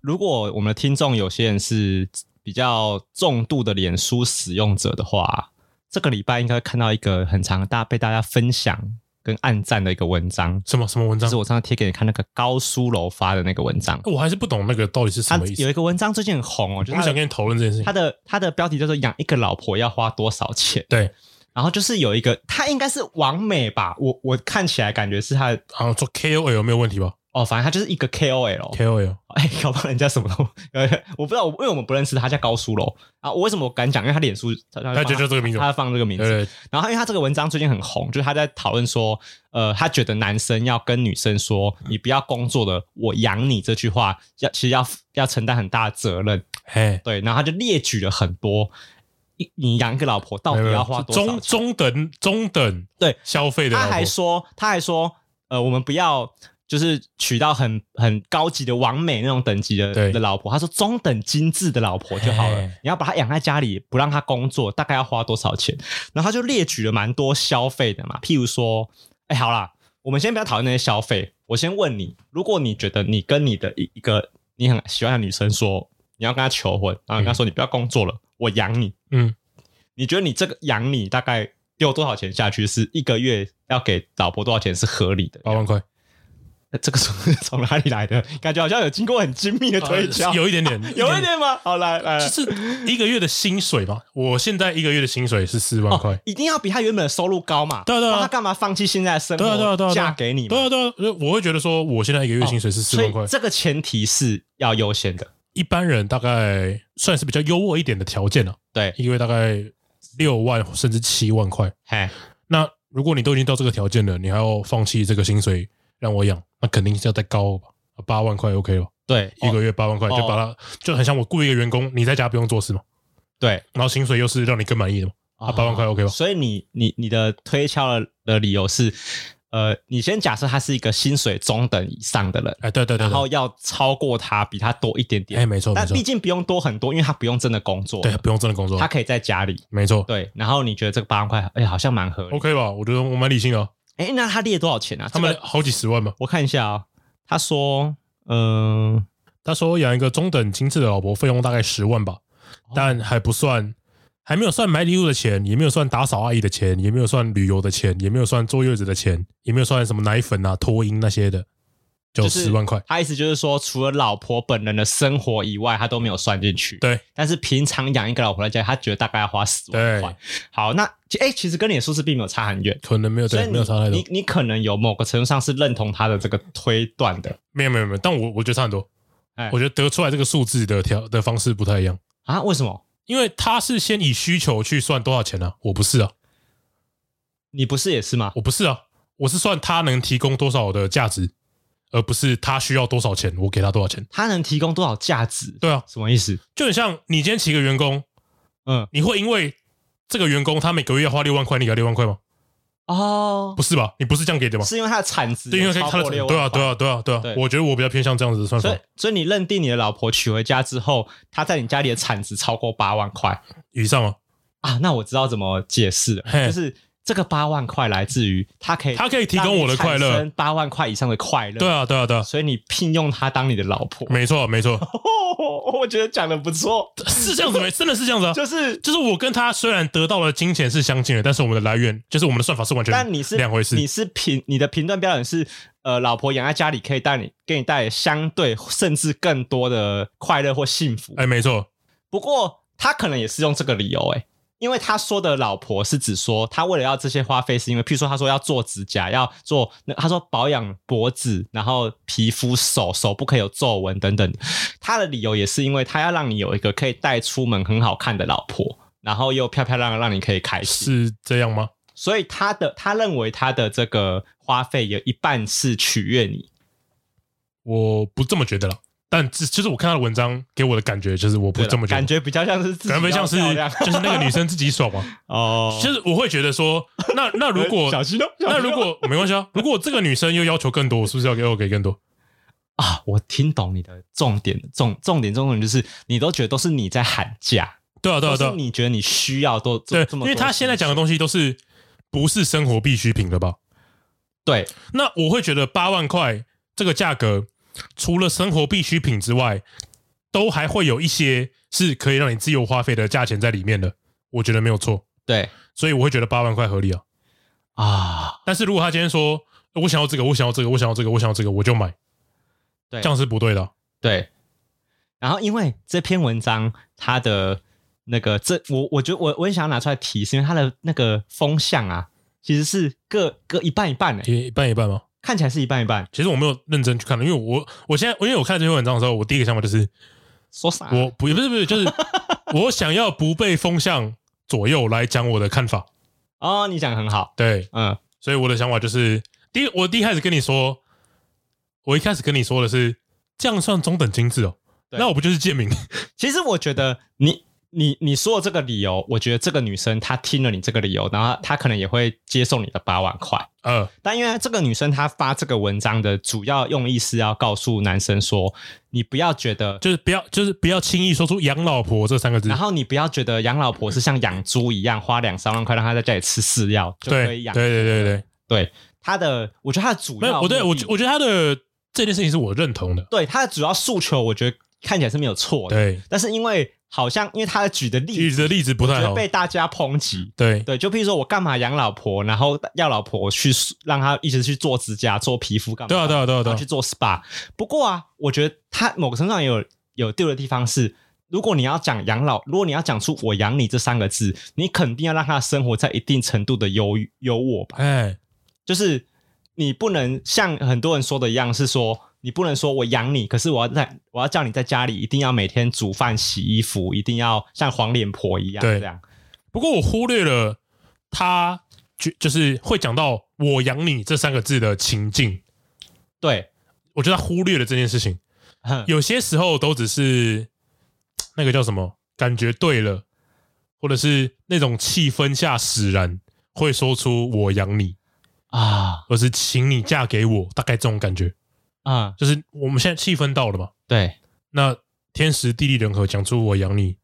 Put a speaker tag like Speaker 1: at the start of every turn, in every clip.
Speaker 1: 如果我们的听众有些人是比较重度的脸书使用者的话，这个礼拜应该会看到一个很长大被大家分享跟暗赞的一个文章，
Speaker 2: 什么什么文章哎
Speaker 1: 就是？我上次贴给你看那个高苏楼发的那个文章。
Speaker 2: 我还是不懂那个到底是
Speaker 1: 它
Speaker 2: 什么意思
Speaker 1: 有一。个文章最近很红哦，就是
Speaker 2: 我们
Speaker 1: 它
Speaker 2: 想
Speaker 1: 的
Speaker 2: 跟你讨论这件事
Speaker 1: 它
Speaker 2: 情。
Speaker 1: 的它的标题叫做“养一个老婆要花多少钱”。
Speaker 2: 对，
Speaker 1: 然后就是有一个，他应该是王美吧，我我看起来感觉是他
Speaker 2: 好像做 KOL 没有问题吧
Speaker 1: 哦，反正他就是一个 KOL，
Speaker 2: ？KOL
Speaker 1: 哎，搞不好人家什么都，呃，我不知道，我因为我们不认识他，叫高苏楼啊。我为什么我敢讲？因为他脸书，他他
Speaker 2: 他就叫这个名字
Speaker 1: 他放这个名字。
Speaker 2: 呃，
Speaker 1: 然后，因为他这个文章最近很红，就是他在讨论说，呃，他觉得男生要跟女生说“你不要工作了，我养你”这句话，要其实要要承担很大的责任。
Speaker 2: 嘿，
Speaker 1: 对，然后他就列举了很多，一你养一个老婆到
Speaker 2: 没有
Speaker 1: 底
Speaker 2: 没有
Speaker 1: 要花多少
Speaker 2: 中
Speaker 1: 钱？
Speaker 2: 中等中等
Speaker 1: 对
Speaker 2: 消费的老
Speaker 1: 他
Speaker 2: 婆，
Speaker 1: 还说，他还说，呃，我们不要就是娶到很很高级的王美那种等级的
Speaker 2: 对
Speaker 1: 的老婆，他说中等精致的老婆就好了
Speaker 2: 嘿。
Speaker 1: 你要把她养在家里，不让她工作，大概要花多少钱？然后他就列举了蛮多消费的嘛，譬如说，哎，好啦，我们先不要讨论那些消费，我先问你，如果你觉得你跟你的一一个你很喜欢的女生说你要跟她求婚，然后你跟她说你不要工作了，我养你，
Speaker 2: 嗯，
Speaker 1: 你觉得你这个养你大概丢多少钱下去？是一个月要给老婆多少钱是合理的？
Speaker 2: 八万块，
Speaker 1: 呃 这个从从哪里来的？感觉好像有经过很精密的推敲，
Speaker 2: 呃有一点点，
Speaker 1: 有一。点吗？好，来来，来
Speaker 2: 就是一个月的薪水嘛，我现在一个月的薪水是四万块
Speaker 1: 哦，，一定要比他原本的收入高嘛？
Speaker 2: 对啊对啊
Speaker 1: 不然他干嘛放弃现在的生活？
Speaker 2: 对啊对啊对啊，对啊
Speaker 1: 嫁给你嘛？
Speaker 2: 对啊对啊，呃我会觉得说我现在一个月薪水是四万
Speaker 1: 所
Speaker 2: 块
Speaker 1: 以，这个前提是要优先的。
Speaker 2: 一般人大概算是比较优渥一点的条件了、啊
Speaker 1: 对，
Speaker 2: 一个月大概六万甚至七万块。
Speaker 1: 嘿，
Speaker 2: 那如果你都已经到这个条件了，你还要放弃这个薪水让我养，那肯定是要再高吧？八万块 OK 了吧，
Speaker 1: 对，
Speaker 2: 一
Speaker 1: 哦
Speaker 2: 个月八万块就把它、就很像我雇一个员工，你在家不用做事嘛，
Speaker 1: 对
Speaker 2: 然后薪水又是让你更满意的嘛，啊，八万块 OK 吧？
Speaker 1: 所以你你你的推敲的的理由是，呃，你先假设他是一个薪水中等以上的人，
Speaker 2: 哎，对对对
Speaker 1: 然后
Speaker 2: 对，
Speaker 1: 要超过他，比他多一点点。
Speaker 2: 哎，没错没
Speaker 1: 但
Speaker 2: 错
Speaker 1: 毕，竟不用多很多，因为他不用真的工作，
Speaker 2: 对，不用真的工作
Speaker 1: 他，可以在家里。
Speaker 2: 没错
Speaker 1: 对，然后你觉得这个八万块，哎、好像蛮合理。
Speaker 2: ，OK 吧？我觉得我蛮理性的啊、
Speaker 1: 哎、那他列多少钱啊？
Speaker 2: 他们
Speaker 1: 这个
Speaker 2: 好几十万嘛。
Speaker 1: 我看一下啊、他说，嗯、
Speaker 2: 他说养一个中等精致的老婆费用大概十万吧，
Speaker 1: 哦
Speaker 2: 但还不算，还没有算买礼物的钱，也没有算打扫阿姨的钱，也没有算旅游的钱，也没有算坐月子的钱，也没有算什么奶粉啊、托婴那些的，就
Speaker 1: 就是
Speaker 2: 十万块。
Speaker 1: 他意思就是说，除了老婆本人的生活以外，他都没有算进去。
Speaker 2: 对，
Speaker 1: 但是平常养一个老婆在家，他觉得大概要花十万
Speaker 2: 对
Speaker 1: 块。好，那哎、诶其实跟你的数字并没有差很远，
Speaker 2: 可能没有
Speaker 1: 所以
Speaker 2: 对，
Speaker 1: 你
Speaker 2: 没有差太多
Speaker 1: 你，你可能有某个程度上是认同他的这个推断的
Speaker 2: 没有没有没有，但我我觉得差很多
Speaker 1: 哎。
Speaker 2: 我觉得得出来这个数字的条的方式不太一样，
Speaker 1: 啊？为什么？
Speaker 2: 因为他是先以需求去算多少钱啊，我不是啊，
Speaker 1: 你不是也是吗？
Speaker 2: 我不是啊，我是算他能提供多少的价值，而不是他需要多少钱，我给他多少钱。
Speaker 1: 他能提供多少价值？
Speaker 2: 对啊，
Speaker 1: 什么意思？
Speaker 2: 就很像你今天请一个员工，
Speaker 1: 嗯，
Speaker 2: 你会因为这个员工他每个月要花六万块，你给他六万块吗？
Speaker 1: 哦，
Speaker 2: 不是吧？你不是这样给的吗？
Speaker 1: 是因为他的产值
Speaker 2: 对，因为
Speaker 1: 有超
Speaker 2: 他
Speaker 1: 过
Speaker 2: 的
Speaker 1: 六万
Speaker 2: 对啊，
Speaker 1: 块
Speaker 2: 对啊，啊对啊，对啊
Speaker 1: 对。
Speaker 2: 我觉得我比较偏向这样子的算
Speaker 1: 所
Speaker 2: 法
Speaker 1: 以，，所以你认定你的老婆娶回家之后，她在你家里的产值超过八万块
Speaker 2: 以上啊，
Speaker 1: 啊？那我知道怎么解释了，
Speaker 2: 嘿
Speaker 1: 就是这个八万块来自于她可以，
Speaker 2: 她可以提供我的快乐，
Speaker 1: 八万块以上的快乐。
Speaker 2: 对，啊，对啊，对啊，
Speaker 1: 所以你聘用她当你的老婆，
Speaker 2: 没错，没错，
Speaker 1: 哦，我觉得讲的不错，
Speaker 2: 是这 样子没？真的是这样子啊。
Speaker 1: 就是。
Speaker 2: 就是我跟他虽然得到了金钱是相近的，但是我们的来源就是我们的算法是完全
Speaker 1: 但你是
Speaker 2: 两回事。
Speaker 1: 你是评你的评断标准是，呃，老婆养在家里可以带你给你带来相对甚至更多的快乐或幸福，
Speaker 2: 哎，没错，
Speaker 1: 不过他可能也是用这个理由、欸，因为他说的老婆是指说他为了要这些花费，是因为譬如说他说要做指甲，要做那他说保养脖子，然后皮肤、手手不可以有皱纹等等。他的理由也是因为他要让你有一个可以带出门很好看的老婆，然后又漂漂亮亮，让你可以开心。
Speaker 2: 是这样吗？
Speaker 1: 所以他的他认为他的这个花费有一半是取悦你。
Speaker 2: 我不这么觉得了。但只就是我看他的文章给我的感觉，就是我不
Speaker 1: 对了
Speaker 2: 这么
Speaker 1: 感
Speaker 2: 觉
Speaker 1: 觉比较像是自
Speaker 2: 得，
Speaker 1: 己
Speaker 2: 感觉像是
Speaker 1: 要漂亮
Speaker 2: 就是那个女生自己爽嘛，
Speaker 1: 哦，
Speaker 2: 就是我会觉得说，那那如果
Speaker 1: 小心哦，小心哦
Speaker 2: 那如果没关系啊，如果这个女生又要求更多，我是不是要给我给更多？
Speaker 1: 啊，我听懂你的重点，重重点重点就是你都觉得都是你在喊价，
Speaker 2: 对啊，对啊，
Speaker 1: 都
Speaker 2: 对
Speaker 1: 是
Speaker 2: 啊，
Speaker 1: 你觉得你需要多这
Speaker 2: 对
Speaker 1: 这，么多
Speaker 2: 因为他现在讲的
Speaker 1: 东
Speaker 2: 东西都是不是生活必需品了吧？
Speaker 1: 对
Speaker 2: 那我会觉得八万块这个价格，除了生活必需品之外，都还会有一些是可以让你自由花费的价钱在里面的，我觉得没有错，
Speaker 1: 对
Speaker 2: 所以我会觉得八万块合理啊。
Speaker 1: 啊，
Speaker 2: 但是如果他今天说呃我想要这个，我想要这个，我想要这个，我想要这个，我就买，
Speaker 1: 对
Speaker 2: 这样是不对的啊。
Speaker 1: 对。然后因为这篇文章它的那个这我我觉得我我很想要拿出来提，是因为它的那个风向啊，其实是各各一半一欸半诶、
Speaker 2: 一一半一半吗？
Speaker 1: 看起来是一半一半，
Speaker 2: 其实我没有认真去看，因为我我现在因为我看这篇文章的时候，我第一个想法就是
Speaker 1: 说啥？
Speaker 2: 我不不是不是，就是 我想要不被风向左右来讲我的看法。
Speaker 1: 哦，你讲得很好，
Speaker 2: 对，
Speaker 1: 嗯，
Speaker 2: 所以我的想法就是，第一，我第一开始跟你说，我一开始跟你说的是这样算中等精致哦，
Speaker 1: 对
Speaker 2: 那我不就是贱民？
Speaker 1: 其实我觉得你你你说的这个理由，我觉得这个女生她听了你这个理由，然后她可能也会接受你的八万块。
Speaker 2: 呃，
Speaker 1: 但因为这个女生她发这个文章的主要用意是要告诉男生说，你不要觉得，
Speaker 2: 就是不要就是不要轻易说出“养老婆”这三个字
Speaker 1: 然。后你不要觉得养老婆是像养猪一样花两三万块让她在家里吃饲料就
Speaker 2: 对
Speaker 1: 可
Speaker 2: 对
Speaker 1: 以养。
Speaker 2: 对对对，
Speaker 1: 对，她的我觉得她的主
Speaker 2: 没有
Speaker 1: 要
Speaker 2: 我对我
Speaker 1: 目
Speaker 2: 觉
Speaker 1: 的
Speaker 2: 我觉得他的这件事情是我认同的。
Speaker 1: 对她的主要诉求，我觉得看起来是没有错的。
Speaker 2: 对，
Speaker 1: 但是因为好像因为她举的哦例
Speaker 2: 举
Speaker 1: 子，
Speaker 2: 的例子不
Speaker 1: 我
Speaker 2: 太
Speaker 1: 觉得
Speaker 2: 好。
Speaker 1: 被大家抨击，
Speaker 2: 对
Speaker 1: 对，就譬如说我干嘛养老婆，然后要老婆去让她一直去做指甲、做皮肤干嘛？
Speaker 2: 对啊对啊对啊对
Speaker 1: 然
Speaker 2: 啊
Speaker 1: 后去做 SPA。不过啊，我觉得他某个程度上也有有丢的地方是，如果你要讲养老，如果你要讲出“我养你”这三个字，你肯定要让他的生活在一定程度的优优渥吧？
Speaker 2: 哎，
Speaker 1: 就是你不能像很多人说的一样，是说你不能说我养你，可是我要在我要叫你在家里一定要每天煮饭、洗衣服，一定要像黄脸婆一样
Speaker 2: 对
Speaker 1: 这样。
Speaker 2: 不过我忽略了他就就是会讲到“我养你”这三个字的情境，
Speaker 1: 对，
Speaker 2: 我觉得他忽略了这件事情。
Speaker 1: 哼
Speaker 2: 有些时候都只是那个叫什么，感觉对了，或者是那种气氛下使然，会说出“我养你
Speaker 1: 啊”
Speaker 2: 或是“请你嫁给我”，大概这种感觉。
Speaker 1: 啊，
Speaker 2: 就是我们现在气氛到了嘛，
Speaker 1: 对，
Speaker 2: 那天时地利人和讲出“我养你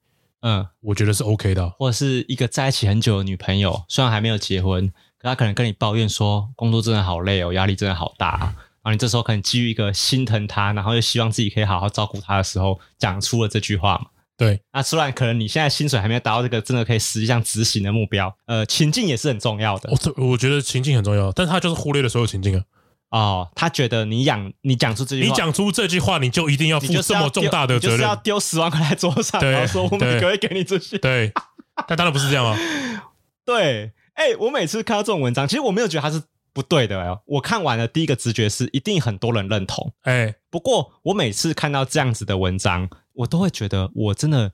Speaker 1: 嗯。”，
Speaker 2: 我觉得是 OK 的啊、
Speaker 1: 或者是一个在一起很久的女朋友，虽然还没有结婚，可她可能跟你抱怨说工作真的好累哦，压力真的好大、啊。然后你这时候可能基于一个心疼她，然后又希望自己可以好好照顾她的时候，讲出了这句话嘛。
Speaker 2: 对，
Speaker 1: 那虽然可能你现在薪水还没有达到这个真的可以实际上执行的目标，呃，情境也是很重要的
Speaker 2: 我、这我觉得情境很重要，但他就是忽略了所有情境啊。
Speaker 1: 哦。他觉得你养你讲出这句话，
Speaker 2: 你讲出这句话，你就一定要
Speaker 1: 你
Speaker 2: 负
Speaker 1: 就是
Speaker 2: 这
Speaker 1: 要
Speaker 2: 么重大
Speaker 1: 丢
Speaker 2: 的
Speaker 1: 你
Speaker 2: 责
Speaker 1: 就是
Speaker 2: 任
Speaker 1: 要，丢十万块在桌上，
Speaker 2: 对
Speaker 1: 然后说我每
Speaker 2: 对
Speaker 1: 个月给你这些，
Speaker 2: 对。但当然不是 这样啊，
Speaker 1: 对，哎、我每次看到这种文章，其实我没有觉得它是不对的、哎，我看完了，第一个直觉是一定很多人认同。
Speaker 2: 哎、
Speaker 1: 不过我每次看到这样子的文章，我都会觉得我真的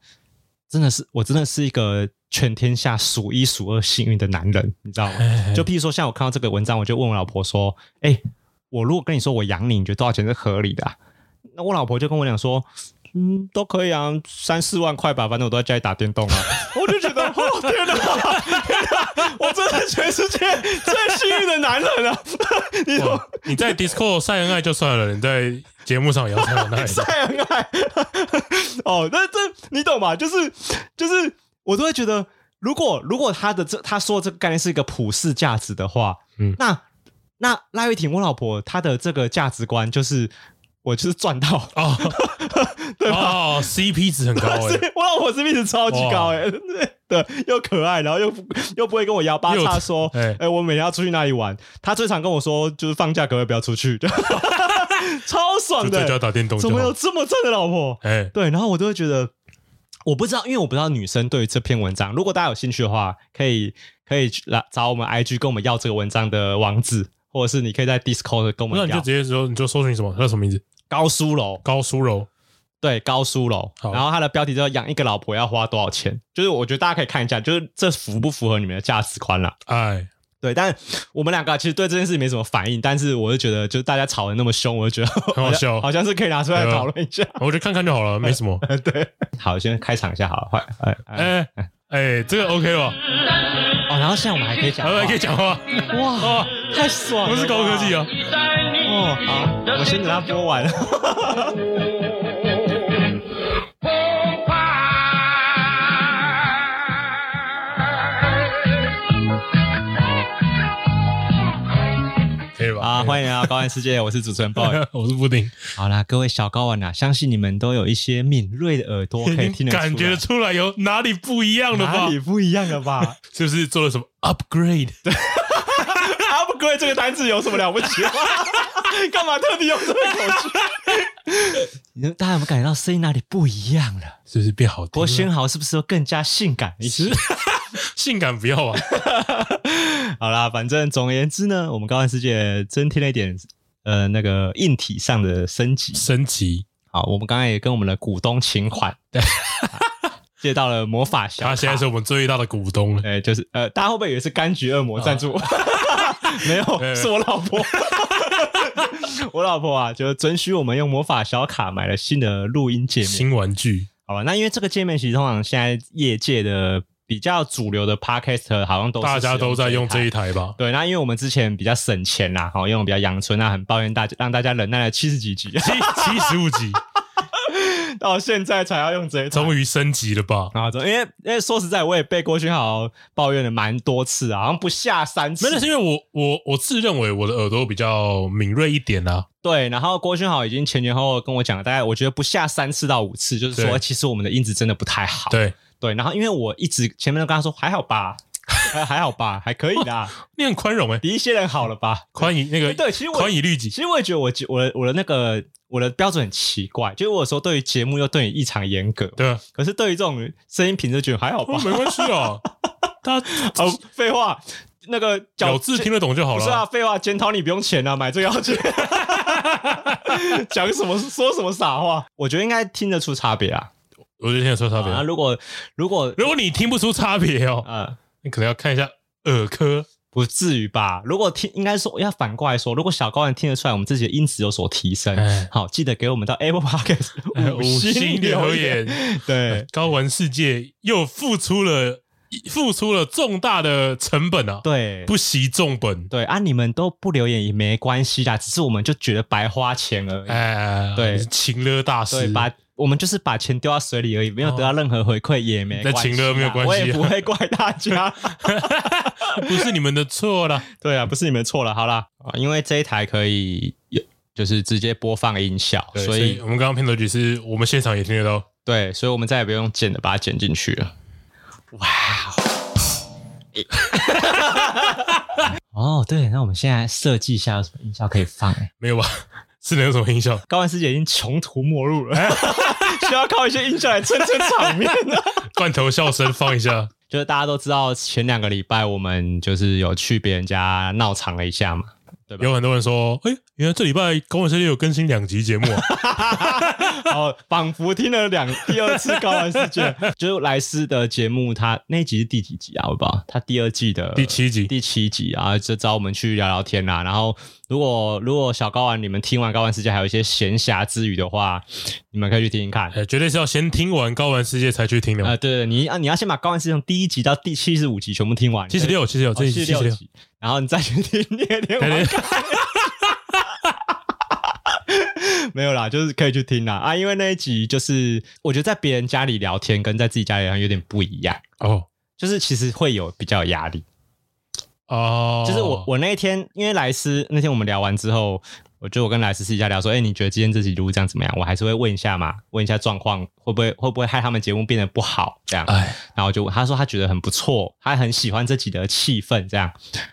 Speaker 1: 真的是我真的是一个全天下数一数二幸运的男人，你知道吗？
Speaker 2: 哎
Speaker 1: 就譬如说，像我看到这个文章，我就问我老婆说：“哎、我如果跟你说我养你，你觉得多少钱是合理的啊、那我老婆就跟我讲说。嗯，都可以啊，三四万块吧，反正我都在家里打电动啊。 我就觉得，哦天哪， 天哪，我真的全世界最幸运的男人啊！ 你怎么
Speaker 2: 哇你在 Discord 晒恩爱就算了，你在节目上也要晒 恩爱。
Speaker 1: 晒恩爱。哦，那这你懂吧？就是就是，我都会觉得，如果如果他的这他说的这个概念是一个普世价值的话，
Speaker 2: 嗯
Speaker 1: 那那赖玉婷我老婆她的这个价值观就是我就是赚到。
Speaker 2: 哦，哦，CP 值很高哎、
Speaker 1: 是我老婆 CP 值超级高
Speaker 2: 哇
Speaker 1: 哎、 对对，又可爱，然后又不又不会跟我摇八
Speaker 2: 又
Speaker 1: 叉说，哎、
Speaker 2: 哎
Speaker 1: 我每天要出去哪里玩？她最常跟我说，就是放假可不可以不要出去？ 超爽
Speaker 2: 就在
Speaker 1: 的、
Speaker 2: 家打电动就
Speaker 1: 怎么有
Speaker 2: 好。
Speaker 1: 这么正的老婆？
Speaker 2: 哎、
Speaker 1: 对，然后我都会觉得，我不知道，因为我不知道女生对于这篇文章，如果大家有兴趣的话，可以可以去来找我们 IG 跟我们要这个文章的网址，或者是你可以在 Discord 跟我
Speaker 2: 那
Speaker 1: 们
Speaker 2: 你就
Speaker 1: 要
Speaker 2: 直接说，你就搜寻什么？他叫什么名字？
Speaker 1: 高苏楼，
Speaker 2: 高苏柔。
Speaker 1: 对，高苏楼。
Speaker 2: 好
Speaker 1: 然后它的标题叫“养一个老婆要花多少钱”，就是我觉得大家可以看一下，就是这符不符合你们的价值观啦。
Speaker 2: 哎，
Speaker 1: 对，但我们两个其实对这件事没什么反应，但是我就觉得，就是大家吵得那么凶，我就觉得
Speaker 2: 很好哎 笑
Speaker 1: 好像是可以拿出来讨论一下。
Speaker 2: 我就看看就好了，没什么。
Speaker 1: 好，先开场一下好了，快，哎哎
Speaker 2: 哎哎，这个 OK 吧？
Speaker 1: 哦，然后现在我们还可以讲
Speaker 2: 还
Speaker 1: 话，
Speaker 2: 还可以讲话，
Speaker 1: 哇，太爽了，
Speaker 2: 不是高科技
Speaker 1: 啊！
Speaker 2: 啊！
Speaker 1: 哦，好，我先等它播完。
Speaker 2: 可以吧？
Speaker 1: 啊，欢迎来到高玩世界，我是主持人 boy。
Speaker 2: 迎， 我是布丁，
Speaker 1: 好啦，各位小高玩啊，相信你们都有一些敏锐的耳朵，可以听得出来
Speaker 2: 感觉得出来有哪里不一样了
Speaker 1: 哪
Speaker 2: 吧？
Speaker 1: 里不一样了 吧
Speaker 2: 是不是做了什么 upgrade？
Speaker 1: ？upgrade 啊这个单字有什么了不起？啊干嘛特地用这个口气？你们大家有没有感觉到声音哪里不一样了？
Speaker 2: 是不是变好
Speaker 1: 不
Speaker 2: 听
Speaker 1: 过
Speaker 2: 了？
Speaker 1: 轩豪是不是又更加性感一些？
Speaker 2: 性感不要啊！
Speaker 1: 好啦，反正总而言之呢，我们高玩世界增添了一点呃那个硬体上的升级。
Speaker 2: 升级，
Speaker 1: 好，我们刚才也跟我们的股东请款， 对，借到了魔法小卡。
Speaker 2: 他啊现在是我们最大的股东了。
Speaker 1: 哎、就是呃，大家会不会以为是柑橘恶魔赞助我？ 没有，
Speaker 2: 啊对
Speaker 1: 是我老婆。 我老婆啊，就准许我们用魔法小卡买了新的录音界面。
Speaker 2: 新玩具，
Speaker 1: 好吧，那因为这个界面其实通常现在业界的比较主流的 podcast 好像都是
Speaker 2: 大家都在用这
Speaker 1: 一
Speaker 2: 一
Speaker 1: 台。
Speaker 2: 台吧？
Speaker 1: 对，那因为我们之前比较省钱啦，好、用比较阳春，那很抱怨大家让大家忍耐了七十几集，
Speaker 2: 七七十五集，
Speaker 1: 到现在才要用这一台。
Speaker 2: 终于升级了吧？
Speaker 1: 啊，因为因为说实在，我也被郭勋豪抱怨了蛮多次啊，好像不下三次。
Speaker 2: 没有，那是因为我我我自认为我的耳朵比较敏锐一点啊啦、
Speaker 1: 对，然后郭勋豪已经前前后后跟我讲了，大概我觉得不下三次到五次，就是说
Speaker 2: 对
Speaker 1: 其实我们的音质真的不太好。
Speaker 2: 对，
Speaker 1: 对然后因为我一直前面都跟他说还好 吧，还还好吧，还可以啦，
Speaker 2: 你很宽容哎、
Speaker 1: 比一些人好了吧。
Speaker 2: 宽以那个
Speaker 1: 对，其实我
Speaker 2: 宽以律
Speaker 1: 其
Speaker 2: 己，
Speaker 1: 实我也觉得我我的我的那个我的标准很奇怪，就是我有时候对于节目又对你异常严格，
Speaker 2: 对啊，
Speaker 1: 可是对于这种声音品质觉得还好吧
Speaker 2: 哦，。没关系 啊，大家
Speaker 1: 哦，废话，那个
Speaker 2: 咬字听得懂就好
Speaker 1: 不是啊，
Speaker 2: 了。
Speaker 1: 废话，检讨你不用钱啊，买这个要钱。讲什么说什么傻话？我觉得应该听得出差别啊。
Speaker 2: 我就听得出差别
Speaker 1: 啊，。如果如果
Speaker 2: 如果你听不出差别哦，
Speaker 1: 呃
Speaker 2: 你可能要看一下耳科。
Speaker 1: 不至于吧？如果听应该说要反过来说，如果小高人听得出来我们自己的音质有所提升，
Speaker 2: 哎
Speaker 1: 好，记得给我们到 Apple Podcast
Speaker 2: 哎
Speaker 1: 五
Speaker 2: 五
Speaker 1: 星
Speaker 2: 星留
Speaker 1: 言。
Speaker 2: 言，
Speaker 1: 对
Speaker 2: 高玩世界又付出了付出了重大的成本啊，
Speaker 1: 对
Speaker 2: 不惜重本，
Speaker 1: 对啊，你们都不留言也没关系啦，只是我们就觉得白花钱而已。
Speaker 2: 哎，
Speaker 1: 对
Speaker 2: 情勒大
Speaker 1: 对，
Speaker 2: 师，
Speaker 1: 把我们就是把钱丢到水里而已，没有得到任何回馈也没
Speaker 2: 那
Speaker 1: 关系啦，
Speaker 2: 请了没有关系啊
Speaker 1: 我也不会怪大家。
Speaker 2: 不是你们的错啦。
Speaker 1: 对啊，不是你们错了，好啦，啊因为这一台可以有就是直接播放音效，
Speaker 2: 对
Speaker 1: 所以
Speaker 2: 我们刚刚片头曲是我们现场也听得 到，
Speaker 1: 对，所以我们再也不用剪的把它剪进去了。
Speaker 2: 哦
Speaker 1: 哇 哦！哦，对，那我们现在设计一下有什么音效可以放、 欸？
Speaker 2: 没有吧？是能有什么音效？
Speaker 1: 高玩师姐已经穷途末路了， 需要靠一些音效来撑撑场面了。
Speaker 2: 罐头笑声放一下，
Speaker 1: 就是大家都知道，前两个礼拜我们就是有去别人家闹场了一下嘛， 对吧？
Speaker 2: 有很多人说，哎，原来这礼拜高玩世界有更新两集节目啊，
Speaker 1: 哦，仿佛听了两第二次高玩世界，就是莱斯的节目，他那集是第几集啊？好不好？他第二季的
Speaker 2: 呃第七集
Speaker 1: 第七集啊，就找我们去聊聊天啦、啊然后，如果如果小高玩你们听完高玩世界还有一些闲暇之余的话，你们可以去听听看。
Speaker 2: 哎，绝对是要先听完高玩世界才去听
Speaker 1: 啊、
Speaker 2: 的。
Speaker 1: 对对，你啊，你要先把高玩世界从第一集到第七十五集全部听完，
Speaker 2: 七十六，七十六，这
Speaker 1: 对，哦
Speaker 2: 一
Speaker 1: 七
Speaker 2: 集
Speaker 1: 十
Speaker 2: 七十
Speaker 1: 六
Speaker 2: 六，
Speaker 1: 集，然后你再去听猎天王
Speaker 2: 对
Speaker 1: 盖。没有啦，就是可以去听啦啊，因为那一集就是我觉得在别人家里聊天跟在自己家里聊天有点不一样，
Speaker 2: 哦
Speaker 1: 就是其实会有比较有压力。
Speaker 2: 哦，
Speaker 1: 就是我我那一天因为莱斯那天我们聊完之后，我觉得我跟莱斯私底下聊说，哎、你觉得今天这集录这样怎么样？我还是会问一下嘛，问一下状况会不会会不会害他们节目变得不好这样。
Speaker 2: 哎，
Speaker 1: 然后就他说他觉得很不错，他很喜欢这集的气氛，这样。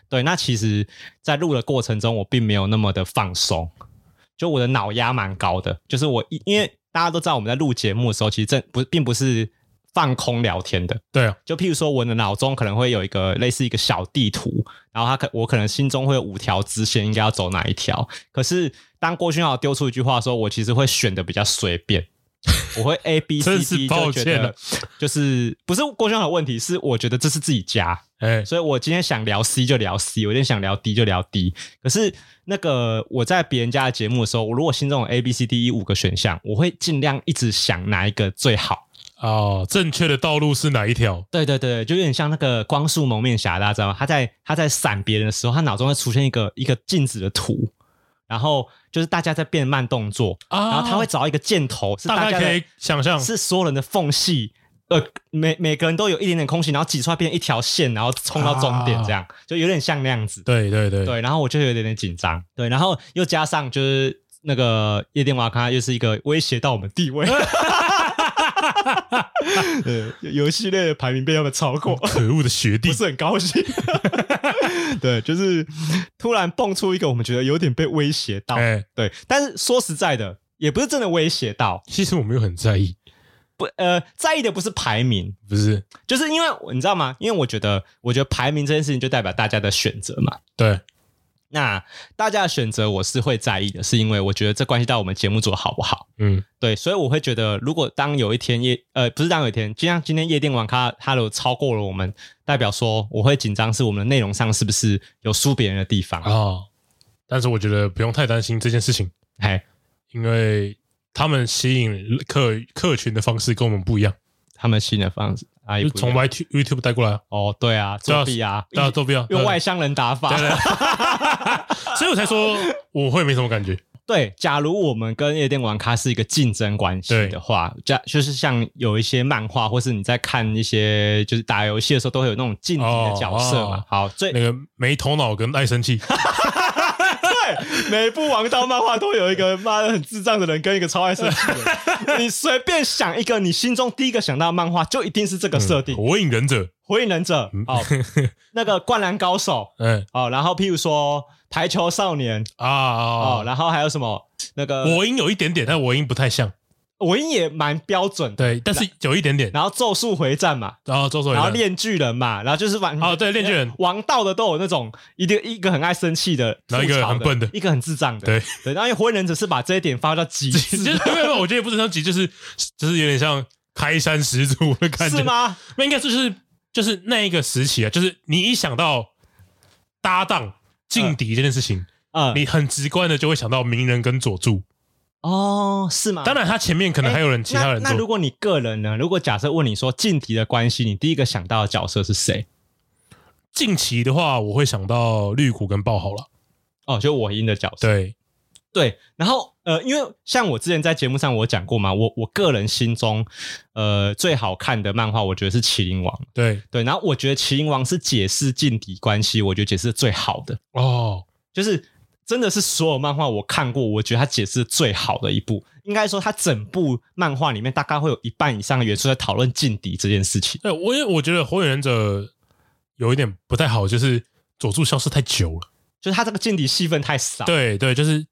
Speaker 1: 对，那其实，在录的过程中，我并没有那么的放松，就我的脑压蛮高的，就是我一因为大家都知道我们在录节目的时候，其实这不并不是放空聊天的，
Speaker 2: 对啊，
Speaker 1: 就譬如说，我的脑中可能会有一个类似一个小地图，然后他可我可能心中会有五条支线，应该要走哪一条。可是当郭勋豪丢出一句话的时候，我其实会选的比较随便， 我会 A B
Speaker 2: 真
Speaker 1: C
Speaker 2: 是
Speaker 1: D
Speaker 2: 抱
Speaker 1: 就
Speaker 2: 歉
Speaker 1: 觉得
Speaker 2: 了
Speaker 1: 就是不是郭兄的问题，是我觉得这是自己家，
Speaker 2: 哎，
Speaker 1: 所以我今天想聊 C 就聊 C，我今天想聊 D 就聊 D。可是那个我在别人家的节目的时候，我如果心中有 A B C D E 五个选项，我会尽量一直想哪一个最好。
Speaker 2: 哦，正确的道路是哪一条？
Speaker 1: 对对对，就有点像那个光速蒙面侠，大家知道吗？他在他在闪别人的时候，他脑中会出现一个一个静止的图，然后就是大家在变慢动作，
Speaker 2: 啊
Speaker 1: 然后他会找一个箭头，是
Speaker 2: 大
Speaker 1: 大
Speaker 2: 概
Speaker 1: 家
Speaker 2: 可
Speaker 1: 的
Speaker 2: 以想象，
Speaker 1: 是所有人的缝隙，呃，每每个人都有一点点空隙，然后挤出来变一条线，然后冲到终
Speaker 2: 啊
Speaker 1: 点，这样、就有点像那样子。
Speaker 2: 对对对，
Speaker 1: 对，然后我就有点点紧张，对，然后又加上就是那个夜店瓦卡又是一个威胁到我们地位， 对，有一系列的排名被他们超 过，
Speaker 2: 可恶的学弟
Speaker 1: 不，是很高 兴。对，就是突然蹦出一个我们觉得有点被威胁到，
Speaker 2: 哎，
Speaker 1: 对，但是说实在的，也不是真的威胁到，
Speaker 2: 其实我没有很在意，
Speaker 1: 呃，在意的不是排名，
Speaker 2: 不是？
Speaker 1: 就是因为你知道吗？因为我觉得，我觉得排名这件事情就代表大家的选择嘛。
Speaker 2: 对，
Speaker 1: 那大家的选择我是会在意的，是因为我觉得这关系到我们节目组好不好。
Speaker 2: 嗯，
Speaker 1: 对，所以我会觉得，如果当有一天夜呃不是当有一天，就像今天夜店网咖它有超过了我们，代表说我会紧张，是我们的内容上是不是有输别人的地方？
Speaker 2: 哦，但是我觉得不用太担心这件事情，
Speaker 1: 哎，
Speaker 2: 因为他们吸引客客群的方式跟我们不一样，
Speaker 1: 他们新的方式啊，也
Speaker 2: 就
Speaker 1: 不一
Speaker 2: 从
Speaker 1: 样
Speaker 2: Y YouTube 带过来啊，
Speaker 1: 哦，对啊，作弊啊，
Speaker 2: 大家都不要
Speaker 1: 用外乡人打法。
Speaker 2: 所以我才说我会没什么感觉。
Speaker 1: 对，假如我们跟夜店玩咖是一个竞争关系
Speaker 2: 对
Speaker 1: 的话，假就是像有一些漫画，或是你在看一些就是打游戏的时候，都会有那种劲敌的角色嘛。
Speaker 2: 哦哦
Speaker 1: 好，最
Speaker 2: 那个没头脑跟爱生气，
Speaker 1: 每一部王道漫画都有一 个妈的很智障的人跟一个超爱生气的人。你随便想一个，你心中第一个想到的漫画就一定是这个设定。
Speaker 2: 火影嗯忍者，
Speaker 1: 火影忍者 哦，那个灌篮高手
Speaker 2: 嗯
Speaker 1: 哦，然后譬如说排球少年
Speaker 2: 啊啊
Speaker 1: 哦，
Speaker 2: 啊，
Speaker 1: 然后还有什么那个
Speaker 2: 我音有一点点，但我音不太像，
Speaker 1: 我音也蛮标准的。
Speaker 2: 对，但是有一点点。
Speaker 1: 然后咒术回战嘛，
Speaker 2: 然后周手也
Speaker 1: 然后
Speaker 2: 在
Speaker 1: 炼巨人嘛，然后就是玩
Speaker 2: 哦对炼巨人
Speaker 1: 王道的都有那种一个一个很爱生气的，
Speaker 2: 然后一个
Speaker 1: 吐槽
Speaker 2: 很笨的
Speaker 1: 一个很智障的，
Speaker 2: 对
Speaker 1: 对。然后因为火影忍者是把这一点发到极
Speaker 2: 就是没
Speaker 1: 致，
Speaker 2: 有没有，我觉得也不是像急，就是就是有点像开山始祖的感觉，
Speaker 1: 是？吗？
Speaker 2: 那应该就是就是那一个时期啊，就是你一想到搭档劲敌这件事情，
Speaker 1: 嗯，
Speaker 2: 你很直观的就会想到鸣人跟佐助。
Speaker 1: 哦，是吗？
Speaker 2: 当
Speaker 1: 然。
Speaker 2: 然，他前面可能还有人其他人
Speaker 1: 哎那。那如
Speaker 2: 做，
Speaker 1: 果你个人呢？如果假设问你说劲敌的关系，你第一个想到的角色是谁？
Speaker 2: 近期的话，我会想到绿谷跟爆好了。
Speaker 1: 哦，就我音的角色。
Speaker 2: 对，
Speaker 1: 对，然后呃，因为像我之前在节目上我有讲过嘛，我我个人心中呃最好看的漫画，我觉得是《麒麟王》。
Speaker 2: 对，
Speaker 1: 对，然后我觉得《麒麟王》是解释劲敌关系，我觉得解释的最好的，
Speaker 2: 哦，
Speaker 1: 就是真的是所有漫画我看过，我觉得它解释的最好的一部。应该说，它整部漫画里面大概会有一半以上的元素在讨论劲敌这件事情。
Speaker 2: 对我也我觉得火影忍者有一点不太好，就是佐助消失太久了。
Speaker 1: 就是它这个劲敌戏份太少，
Speaker 2: 对对，就是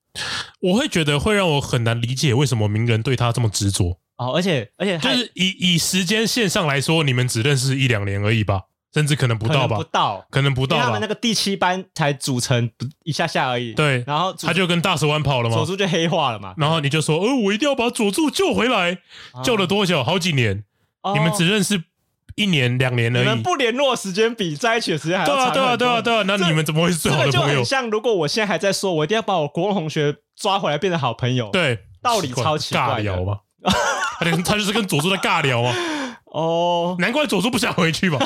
Speaker 2: 我会觉得会让我很难理解为什么鸣人对他这么执着。
Speaker 1: 哦，而且而且它
Speaker 2: 就是以以时间线上来说，你们只认识一两年而已吧，甚至可能不
Speaker 1: 可
Speaker 2: 到
Speaker 1: 能
Speaker 2: 吧
Speaker 1: 不，到，
Speaker 2: 可能不
Speaker 1: 因为他
Speaker 2: 到
Speaker 1: 们那
Speaker 2: 吧。
Speaker 1: 个第七班才组成一下下而已。，
Speaker 2: 对，
Speaker 1: 然后佐
Speaker 2: 他就跟大蛇丸跑了
Speaker 1: 佐
Speaker 2: 嘛，
Speaker 1: 助就黑化了嘛，
Speaker 2: 然后你就说，呃，我一定要把佐助救回来，救了多久？好几年，
Speaker 1: 啊哦
Speaker 2: 你们只认识一年两年
Speaker 1: 你
Speaker 2: 而
Speaker 1: 们
Speaker 2: 已。
Speaker 1: 不联络时间比在一起的时间还要
Speaker 2: 对啊，
Speaker 1: 长
Speaker 2: 对啊，
Speaker 1: 很
Speaker 2: 对啊，
Speaker 1: 多
Speaker 2: 对啊，那
Speaker 1: 这
Speaker 2: 你们怎 么会是最
Speaker 1: 这
Speaker 2: 好
Speaker 1: 个
Speaker 2: 的
Speaker 1: 就
Speaker 2: 朋友
Speaker 1: 很？像，如果我现在还在说，我一定要把我国文同学抓回来变成好朋友。，
Speaker 2: 对，
Speaker 1: 道理超奇怪的
Speaker 2: 尬聊嘛。 他就他就是跟佐助在尬聊嘛，
Speaker 1: 哦
Speaker 2: 难怪佐助不想回去吧？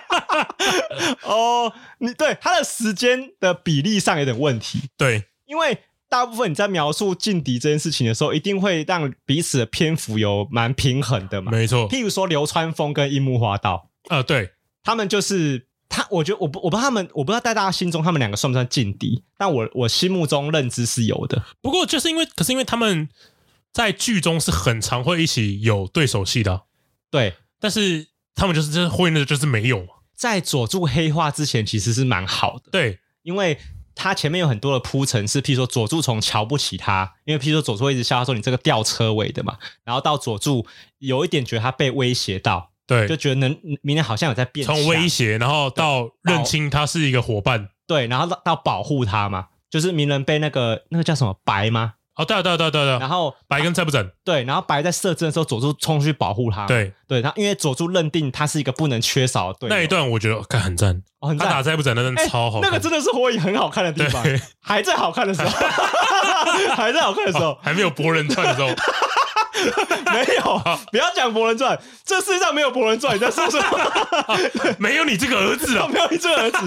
Speaker 1: 哦，你对他的时间的比例上有点问题，
Speaker 2: 对，
Speaker 1: 因为大部分你在描述劲敌这件事情的时候，一定会让彼此的篇幅有蛮平衡的嘛。
Speaker 2: 没错
Speaker 1: 譬如说流川枫跟樱木花道，
Speaker 2: 啊，对，
Speaker 1: 他们就是他，我觉得我不我不知道他们，我不知道在大家心中他们两个算不算劲敌，但我我心目中认知是有的。
Speaker 2: 不过就是因为，可是因为他们在剧中是很常会一起有对手戏的啊、
Speaker 1: 对，
Speaker 2: 但是他们就是就是会那就是没有嘛。
Speaker 1: 在佐助黑化之前，其实是蛮好的。
Speaker 2: 对
Speaker 1: 因为他前面有很多的铺陈，是譬如说佐助从瞧不起他，因为譬如说佐助会一直笑他说你这个吊车尾的嘛，然后到佐助有一点觉得他被威胁到，就
Speaker 2: 对，
Speaker 1: 觉得能明天好像有在变强，
Speaker 2: 从威胁，然后到认清他是一个伙伴，
Speaker 1: 对，然后到到保护他嘛，就是鸣人被那个那个叫什么白吗？
Speaker 2: 哦，对啊，对啊，对啊，对啊对
Speaker 1: 然
Speaker 2: 啊，
Speaker 1: 后
Speaker 2: 白跟菜不整，
Speaker 1: 对，然后白在射正的时候，佐助冲去保护他。
Speaker 2: 对，
Speaker 1: 对，他因为佐助认定他是一个不能缺少的队友
Speaker 2: 那一段我觉得看很赞，
Speaker 1: 哦很
Speaker 2: 他打
Speaker 1: 赞。
Speaker 2: 菜不整的真的
Speaker 1: 哎
Speaker 2: 超好
Speaker 1: 那
Speaker 2: 看，
Speaker 1: 个真的是火影很好看的地方
Speaker 2: 对，
Speaker 1: 还在好看的时 候，还在好看的时候
Speaker 2: 哦，还没有博人传的时候，
Speaker 1: 没有，不要讲《博人传》，这世界上没有《博人传》，你在说什 么？
Speaker 2: 没有你这个儿子啊，
Speaker 1: 没有一只儿子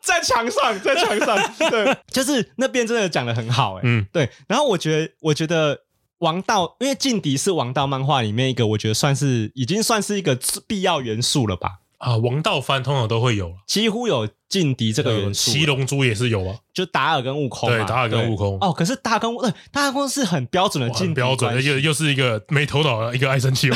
Speaker 1: 在墙上，在墙上，对，就是那边真的讲的很好、哎、
Speaker 2: 嗯，
Speaker 1: 对。然后我觉得，我觉得王道，因为劲敌是王道漫画里面一个，我觉得算是已经算是一个必要元素了吧，
Speaker 2: 啊，王道番通常都会有，
Speaker 1: 几乎有啊劲敌这个元素了。
Speaker 2: 七龙珠也是有啊，
Speaker 1: 就达尔跟悟空嘛，
Speaker 2: 对达尔跟
Speaker 1: 对
Speaker 2: 悟空
Speaker 1: 哦，可是达尔跟悟，呃达尔跟悟空是很标准的
Speaker 2: 哇
Speaker 1: 劲
Speaker 2: 很
Speaker 1: 敌
Speaker 2: 标准，
Speaker 1: 呃关系
Speaker 2: 又又是一个没头脑的一个爱 生气哦，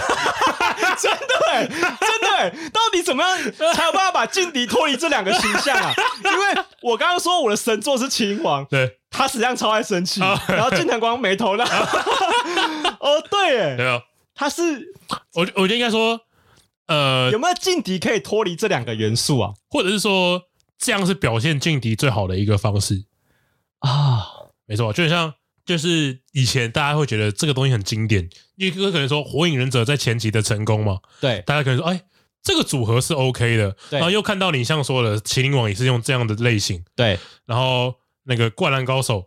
Speaker 1: 真的欸，真的欸，到底怎么样才有办法把劲敌脱离这两个形象 啊？因为我刚刚说我的神作是秦王，
Speaker 2: 对
Speaker 1: 他实际上超爱生气，
Speaker 2: 啊
Speaker 1: 然后近藤光没 头脑。哦，对，欸
Speaker 2: 对啊，
Speaker 1: 他是
Speaker 2: 我我觉得应该说，呃
Speaker 1: 有，没有劲敌可以脱离这两个元素啊？
Speaker 2: 或者是说这样是表现劲敌最好的一个方式，
Speaker 1: 啊，
Speaker 2: 没错，就像就是以前大家会觉得这个东西很经典，因为可能说《火影忍者》在前期的成功嘛，
Speaker 1: 对
Speaker 2: 大家可能说，哎，这个组合是 OK 的，
Speaker 1: 对
Speaker 2: 然后又看到你像说的《麒麟王》也是用这样的类型，
Speaker 1: 对
Speaker 2: 然后那个《灌篮高手》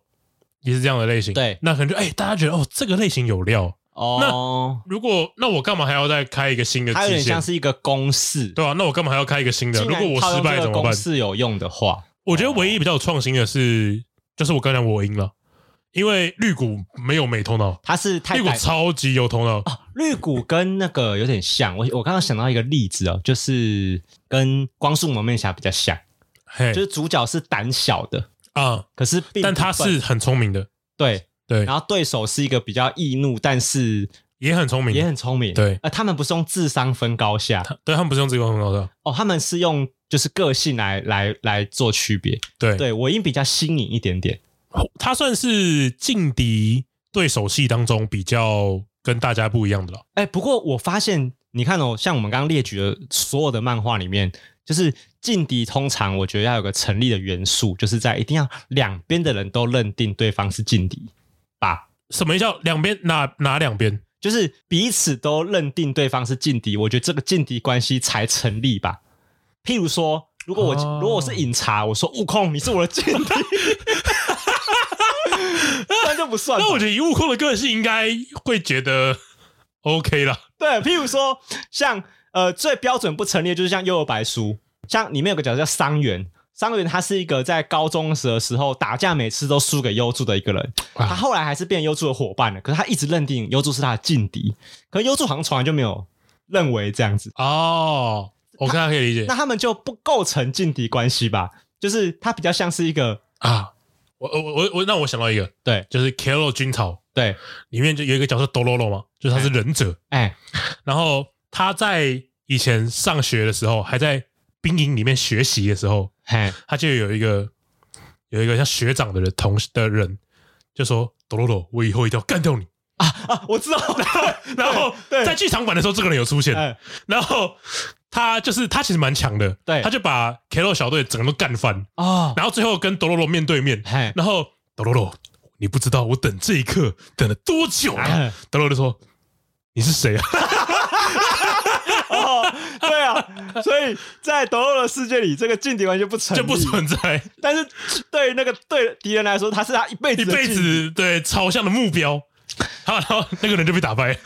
Speaker 2: 也是这样的类型，
Speaker 1: 对
Speaker 2: 那可能就哎，大家觉得哦，这个类型有料。
Speaker 1: 哦，
Speaker 2: 如果那我干嘛还要再开一个新的
Speaker 1: 它有
Speaker 2: 支
Speaker 1: 点
Speaker 2: 线
Speaker 1: 像？是一个公式。
Speaker 2: 对啊，那我干嘛还要开一个新的？
Speaker 1: 既
Speaker 2: 如
Speaker 1: 然
Speaker 2: 果我
Speaker 1: 套
Speaker 2: 失
Speaker 1: 用这
Speaker 2: 败
Speaker 1: 个
Speaker 2: 怎么办
Speaker 1: 公？式有用的话，
Speaker 2: 我觉得唯一比较有创新的是，就是我刚才我赢了，因为绿谷没有没头脑，
Speaker 1: 它是太哦
Speaker 2: 绿谷
Speaker 1: 改
Speaker 2: 超级有头脑，
Speaker 1: 绿谷跟那个有点像，我我刚刚想到一个例子哦，就是跟光速蒙面侠比较像，
Speaker 2: 嘿
Speaker 1: 就是主角是胆小的，
Speaker 2: 啊，
Speaker 1: 可是并不
Speaker 2: 但他
Speaker 1: 笨
Speaker 2: 是很聪明的，
Speaker 1: 对，
Speaker 2: 对，
Speaker 1: 然后对手是一个比较易怒，但是
Speaker 2: 也很聪明，
Speaker 1: 也很聪明，
Speaker 2: 对
Speaker 1: 呃，他们不是用智商分高下
Speaker 2: 嗯他对他们不是用自己头脑的，
Speaker 1: 哦，他们是用就是个性来来来做区别。
Speaker 2: 对，
Speaker 1: 对我应比较新颖一点点，
Speaker 2: 他算是劲敌对手戏当中比较跟大家不一样的了，
Speaker 1: 哎，不过我发现你看哦，像我们刚刚列举的所有的漫画里面。就是劲敌，通常我觉得要有个成立的元素，就是在一定要两边的人都认定对方是劲敌吧。
Speaker 2: 什么叫两边哪哪两边？
Speaker 1: 就是彼此都认定对方是劲敌，我觉得这个劲敌关系才成立吧。譬如说，如果我、
Speaker 2: 哦
Speaker 1: 如果我是饮茶，我说悟空，你是我的劲敌， 那就不算吧。
Speaker 2: 那我觉得以悟空的个性应该会觉得 OK 啦，
Speaker 1: 对，譬如说像呃最标准不成立，就是像《幽游白书》，像里面有个角色叫桑原。桑原他是一个在高中时的时候打架每次都输给优助的一个人，
Speaker 2: 哇
Speaker 1: 他后来还是变优助的伙伴了。可是他一直认定优助是他的劲敌，可是优助好像从来就没有认为这样子。
Speaker 2: 哦，我看他可以理解
Speaker 1: 那他们就不构成劲敌关系吧？就是他比较像是一个
Speaker 2: 啊，我我我我那我想到一个，
Speaker 1: 对
Speaker 2: 就是 k o l o 军曹
Speaker 1: 对，
Speaker 2: 里面就有一个角色 Dororo 嘛，就是他是忍者，
Speaker 1: 哎
Speaker 2: 然后他在以前上学的时候，还在兵营里面学习的时候，
Speaker 1: 嘿，
Speaker 2: 他就有一个有一个像学长的人同的人就说 Dororo，我以后一定要干掉你。
Speaker 1: 啊，我知道，
Speaker 2: 然后
Speaker 1: 对对
Speaker 2: 在剧场版的时候，这个人有出现，
Speaker 1: 哎
Speaker 2: 然后他就是他其实蛮强的，
Speaker 1: 对
Speaker 2: 他就把 k o l o 小队整个都干翻，
Speaker 1: 哦，哎
Speaker 2: 然后最后跟 Dororo 面对面，
Speaker 1: 嘿，
Speaker 2: 然后德罗罗，你不知道我等这一刻等了多久了
Speaker 1: 哎。
Speaker 2: 德罗罗说：“你是谁啊
Speaker 1: 哦，对啊，所以在斗罗的世界里，这个劲敌关系 不？”成立
Speaker 2: 就不存在，
Speaker 1: 但是对那个对敌人来说，他是他一辈子
Speaker 2: 一
Speaker 1: 的
Speaker 2: 辈
Speaker 1: 劲敌，
Speaker 2: 子对朝向的目标。然后，然后那个人就被打败。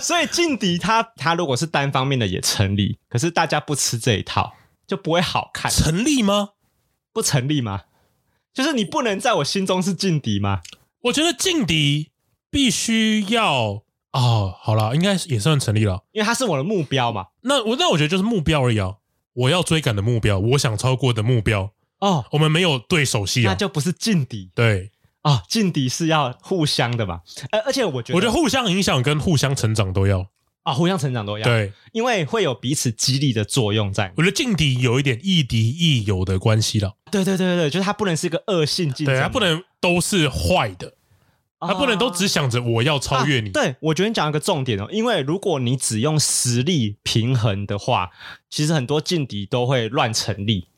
Speaker 1: 所以劲敌他他如果是单方面的也成立，可是大家不吃这一套就不会好看，
Speaker 2: 成立吗？
Speaker 1: 不成立吗？就是你不能在我心中是劲敌吗？
Speaker 2: 我觉得劲敌必须要哦，好啦，应该也算成立了。
Speaker 1: 因为他是我的目标嘛。
Speaker 2: 那我那我觉得就是目标而已啊，我要追赶的目标，我想超过的目标，
Speaker 1: 哦，
Speaker 2: 我们没有对手戏
Speaker 1: 那
Speaker 2: 啊。
Speaker 1: 就不是劲敌。
Speaker 2: 对，
Speaker 1: 啊、劲敌是要互相的嘛，而、而且我觉得，
Speaker 2: 我觉得互相影响跟互相成长都要。
Speaker 1: 啊、互相成长都要，，
Speaker 2: 对，
Speaker 1: 因为会有彼此激励的作用在。
Speaker 2: 我觉得劲敌有一点亦敌亦友的关系了，
Speaker 1: 对对对对对，就是它不能是一个恶性竞争，哦
Speaker 2: 对他不，能都是坏的，他不能都只想着我要超越你，
Speaker 1: 啊对，我觉得你讲一个重点哦，因为如果你只用实力平衡的话，其实很多劲敌都会乱成立。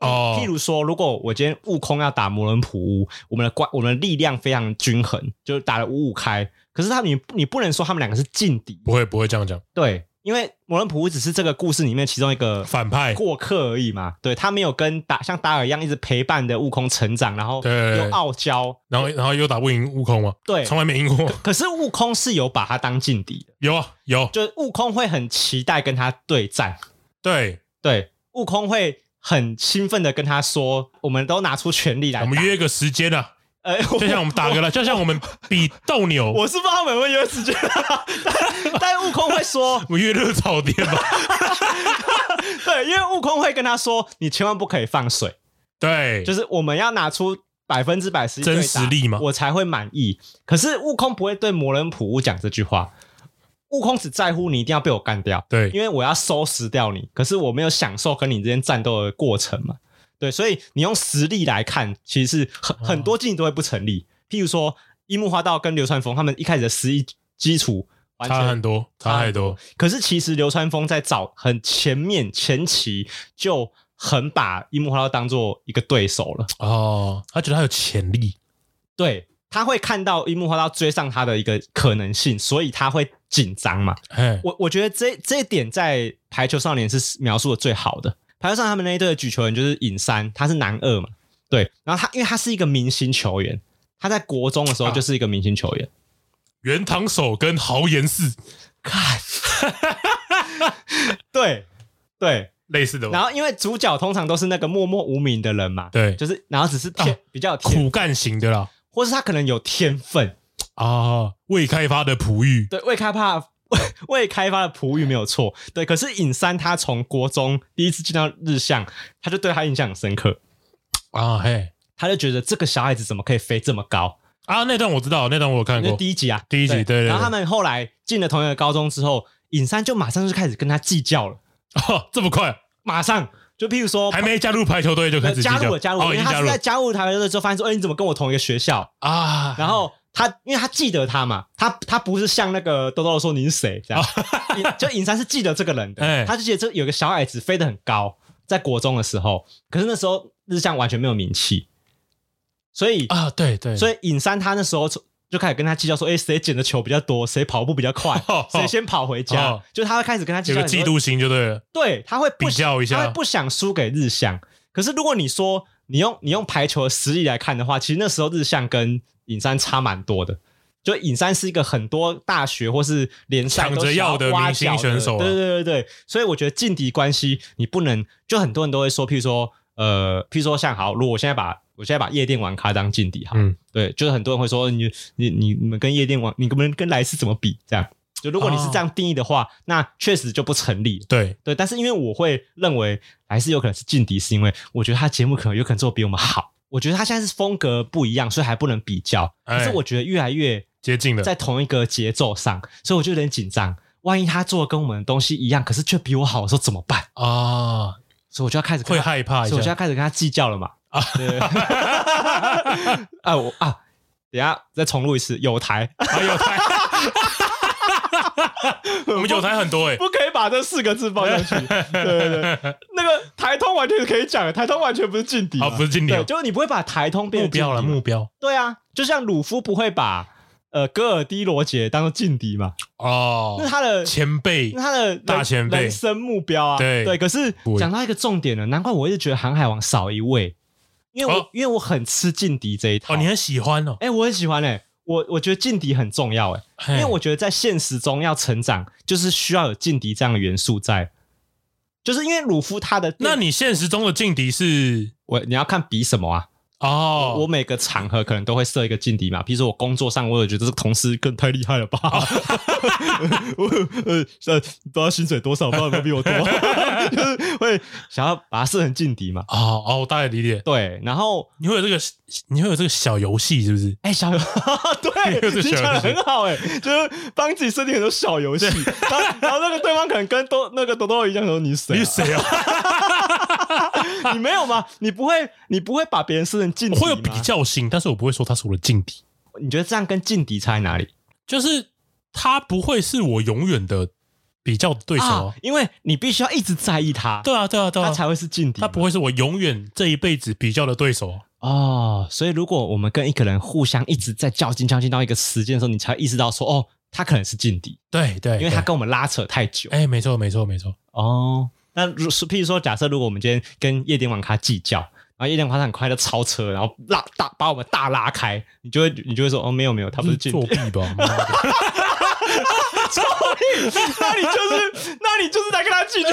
Speaker 2: 哦
Speaker 1: 譬如说，如果我今天悟空要打魔人普乌，我们的关我们的力量非常均衡，就是打了五五开。可是他你你不能说他们两个是劲敌，
Speaker 2: 不会不会这样讲，
Speaker 1: 对，因为魔人普乌只是这个故事里面其中一个
Speaker 2: 反派
Speaker 1: 过客而已嘛。对他没有跟达像达尔一样一直陪伴的悟空成长，然后
Speaker 2: 对
Speaker 1: 又傲娇。
Speaker 2: 然后然后又打不赢悟空嘛，
Speaker 1: 对
Speaker 2: 从来没赢 过，
Speaker 1: 可是悟空是有把他当劲敌的，
Speaker 2: 有啊有，
Speaker 1: 就是悟空会很期待跟他对战，
Speaker 2: 对，
Speaker 1: 对，悟空会很兴奋的跟他说：“我们都拿出全力来
Speaker 2: 我
Speaker 1: 打。”
Speaker 2: 们约个时间啊，
Speaker 1: 呃，
Speaker 2: 就像我们打个了，就像我们比斗牛，
Speaker 1: 我
Speaker 2: 我
Speaker 1: 我是不知道他们会约时间 啊，但但悟空会说，
Speaker 2: 们约热炒店吧，
Speaker 1: 对，因为悟空会跟他说：“你千万不可以放水。”
Speaker 2: 对，
Speaker 1: 就是我们要拿出百分之百实力对打
Speaker 2: 真实力嘛
Speaker 1: 我才会满意。可是悟空不会对魔人普乌讲这句话，悟空只在乎你一定要被我干掉，
Speaker 2: 对
Speaker 1: 因为我要收拾掉你。可是我没有享受跟你之间战斗的过程嘛，对，所以你用实力来看，其实是
Speaker 2: 哦
Speaker 1: 很很多竞技都会不成立。譬如说樱木花道跟流川枫他们一开始的实力基础完
Speaker 2: 差
Speaker 1: 全
Speaker 2: 很多，差太多，
Speaker 1: 可是其实流川枫在早很前面前期就很把樱木花道当做一个对手了。
Speaker 2: 哦，他觉得他有潜力，
Speaker 1: 对，他会看到樱木花道追上他的一个可能性，所以他会紧张嘛。
Speaker 2: 嘿，
Speaker 1: 我我觉得这这一点在排球少年是描述的最好的。排球少年他们那一队的举球员就是尹山，他是男二嘛，对，然后他因为他是一个明星球员，他在国中的时候就是一个明星球员。
Speaker 2: 原堂手跟豪言寺
Speaker 1: 看， 对对，
Speaker 2: 类似的
Speaker 1: 然
Speaker 2: 吧，
Speaker 1: 后因为主角通常都是那个默默无名的人嘛，
Speaker 2: 对
Speaker 1: 就是然后只是天、
Speaker 2: 啊
Speaker 1: 比较有天，
Speaker 2: 苦干型的啦，
Speaker 1: 或是他可能有天分，
Speaker 2: 啊，未开发的璞玉，
Speaker 1: 对，未开发未 未开发的璞玉没有错，对。可是尹山他从国中第一次见到日向，他就对他印象很深刻，
Speaker 2: 啊嘿，
Speaker 1: 他就觉得这个小孩子怎么可以飞这么高？
Speaker 2: 啊那段我知道，那段我有看
Speaker 1: 那
Speaker 2: 过，
Speaker 1: 第一集啊，
Speaker 2: 第一集对对对
Speaker 1: 然后他们后来进了同一个高中之后，尹山就马上就开始跟他计较了，
Speaker 2: 哦，这么快，
Speaker 1: 马上就譬如说
Speaker 2: 还。没加入排球队就开
Speaker 1: 呃
Speaker 2: 始
Speaker 1: 加
Speaker 2: 计较
Speaker 1: 入了，加入了，
Speaker 2: 哦，
Speaker 1: 因为
Speaker 2: 已经
Speaker 1: 他
Speaker 2: 加
Speaker 1: 是
Speaker 2: 入
Speaker 1: 在
Speaker 2: 了
Speaker 1: 加入台湾队之后，发现说，哎、你怎么跟我同一个学校？
Speaker 2: 啊，
Speaker 1: 然后他，因为他记得他嘛，他他不是像那个豆豆说你是谁这样，尹 就尹山是记得这个人
Speaker 2: 哦 哎
Speaker 1: 的，他就记得这有个小矮子飞得很高，在国中的时候，可是那时候日向完全没有名气，所以
Speaker 2: 啊，对对，
Speaker 1: 所以尹山他那时候就开始跟他计较说，哎，谁捡的球比较多，谁跑步比较快
Speaker 2: 哦，
Speaker 1: 谁先跑回家
Speaker 2: 哦，
Speaker 1: 就他会开始跟他计
Speaker 2: 有
Speaker 1: 较
Speaker 2: 个嫉
Speaker 1: 很多，
Speaker 2: 妒心就对了，
Speaker 1: 对，他会不
Speaker 2: 比较一下
Speaker 1: 他会不想输给日向。可是如果你说你用你用排球的实力来看的话，其实那时候日向跟尹山差蛮多的。就尹山是一个很多大学或是联赛
Speaker 2: 抢着
Speaker 1: 都想
Speaker 2: 要的
Speaker 1: 挖
Speaker 2: 明星
Speaker 1: 角
Speaker 2: 选手啊
Speaker 1: 对对对对，所以我觉得劲敌关系你不能，就很多人都会说，譬如说呃，譬如说像好，如果我现在把我现在把夜店玩咖当劲敌哈，
Speaker 2: 嗯
Speaker 1: 对，就是很多人会说你你你你们跟夜店玩，你们跟莱斯怎么比？这样，就如果
Speaker 2: 哦
Speaker 1: 你是这样定义的话，那确实就不成立。
Speaker 2: 对，
Speaker 1: 对，但是因为我会认为还是有可能是劲敌，是因为我觉得他节目可能有可能做得比我们好。我觉得他现在是风格不一样，所以还不能比较。
Speaker 2: 哎
Speaker 1: 可是我觉得越来越
Speaker 2: 接近了，
Speaker 1: 在同一个节奏上，所以我就有点紧张。万一他做的跟我们的东西一样，可是却比我好的时候怎么办？
Speaker 2: 啊，
Speaker 1: 所以我就要开始跟
Speaker 2: 会
Speaker 1: 他
Speaker 2: 害怕一
Speaker 1: 所以我就要
Speaker 2: 下，
Speaker 1: 开始跟他计较了嘛。啊，对 啊，我啊，等一下再重录一次，有台
Speaker 2: 还有台，我们有台很多哎，
Speaker 1: 不可以把这四个字放上 去。对对对，那个台通完全是可以讲的，台通完全不是劲敌嘛，
Speaker 2: 啊，不是经理
Speaker 1: 对，就是你不会把台通变
Speaker 2: 目
Speaker 1: 成劲敌
Speaker 2: 标了，
Speaker 1: 嘛
Speaker 2: 目标
Speaker 1: 对啊，就像鲁夫不会把呃戈尔迪罗杰当做劲敌嘛，
Speaker 2: 哦
Speaker 1: 那，他的
Speaker 2: 前辈
Speaker 1: 那他的人
Speaker 2: 大前辈
Speaker 1: 人生目标啊，
Speaker 2: 对
Speaker 1: 可是
Speaker 2: 不
Speaker 1: 讲到一个重点了，难怪我一直觉得航海王少一位，因为我、
Speaker 2: 哦
Speaker 1: 因为我很吃劲敌这一套。
Speaker 2: 哦，你很喜欢哦，
Speaker 1: 哎、我很喜欢哎、我我觉得劲敌很重要哎、
Speaker 2: 嘿
Speaker 1: 因为我觉得在现实中要成长，就是需要有劲敌这样的元素在。就是因为鲁夫他的，
Speaker 2: 那你现实中的劲敌是
Speaker 1: 我你要看比什么啊？
Speaker 2: 哦，
Speaker 1: 我每个场合可能都会设一个劲敌嘛，比如说我工作上，我有觉得这个同事更太厉害了吧？
Speaker 2: 哦
Speaker 1: 我呃呃，不知道薪水多少，不知道有没有比 我多，就是会想要把它设成劲敌嘛。
Speaker 2: 哦哦，我大概理解，
Speaker 1: 对，然后
Speaker 2: 你会有这个，你会有这个小游戏是不是？
Speaker 1: 哎、小游， 对，
Speaker 2: 又是
Speaker 1: 你
Speaker 2: 小游
Speaker 1: 讲
Speaker 2: 戏
Speaker 1: 的很好哎、就是帮自己设定很多小游戏，然后然后那个对方可能跟多那个多多一样说你是谁、
Speaker 2: 你
Speaker 1: 啊
Speaker 2: 是，谁啊？
Speaker 1: 你没有吗？你不会你不会把别人设成劲
Speaker 2: 我
Speaker 1: 敌
Speaker 2: 会有
Speaker 1: 吗
Speaker 2: 比？较心，但是我不会说他是我的劲敌，
Speaker 1: 你觉得这样跟劲敌差在哪里？
Speaker 2: 就是他不会是我永远的比较的对手
Speaker 1: 啊
Speaker 2: 啊。，
Speaker 1: 因为你必须要一直在意他，
Speaker 2: 对啊，对啊，对啊，
Speaker 1: 他才会是劲敌嘛。
Speaker 2: 他不会是我永远这一辈子比较的对手啊。
Speaker 1: 哦，所以如果我们跟一个人互相一直在较劲、较劲到一个时间的时候，你才会意识到说，哦，他可能是劲敌，
Speaker 2: 对对，
Speaker 1: 因为他
Speaker 2: 对
Speaker 1: 跟我们拉扯太久。
Speaker 2: 哎，没错没错没错，
Speaker 1: 哦，那如是譬如说，假设如果我们今天跟夜店网咖计较，然后夜店网咖很快就超车，然后拉大把我们大拉开，你就会你就会说，哦，没有没有，他不是劲
Speaker 2: 作
Speaker 1: 敌，
Speaker 2: 弊吧？妈的
Speaker 1: 那你就是那你就是在跟他计较。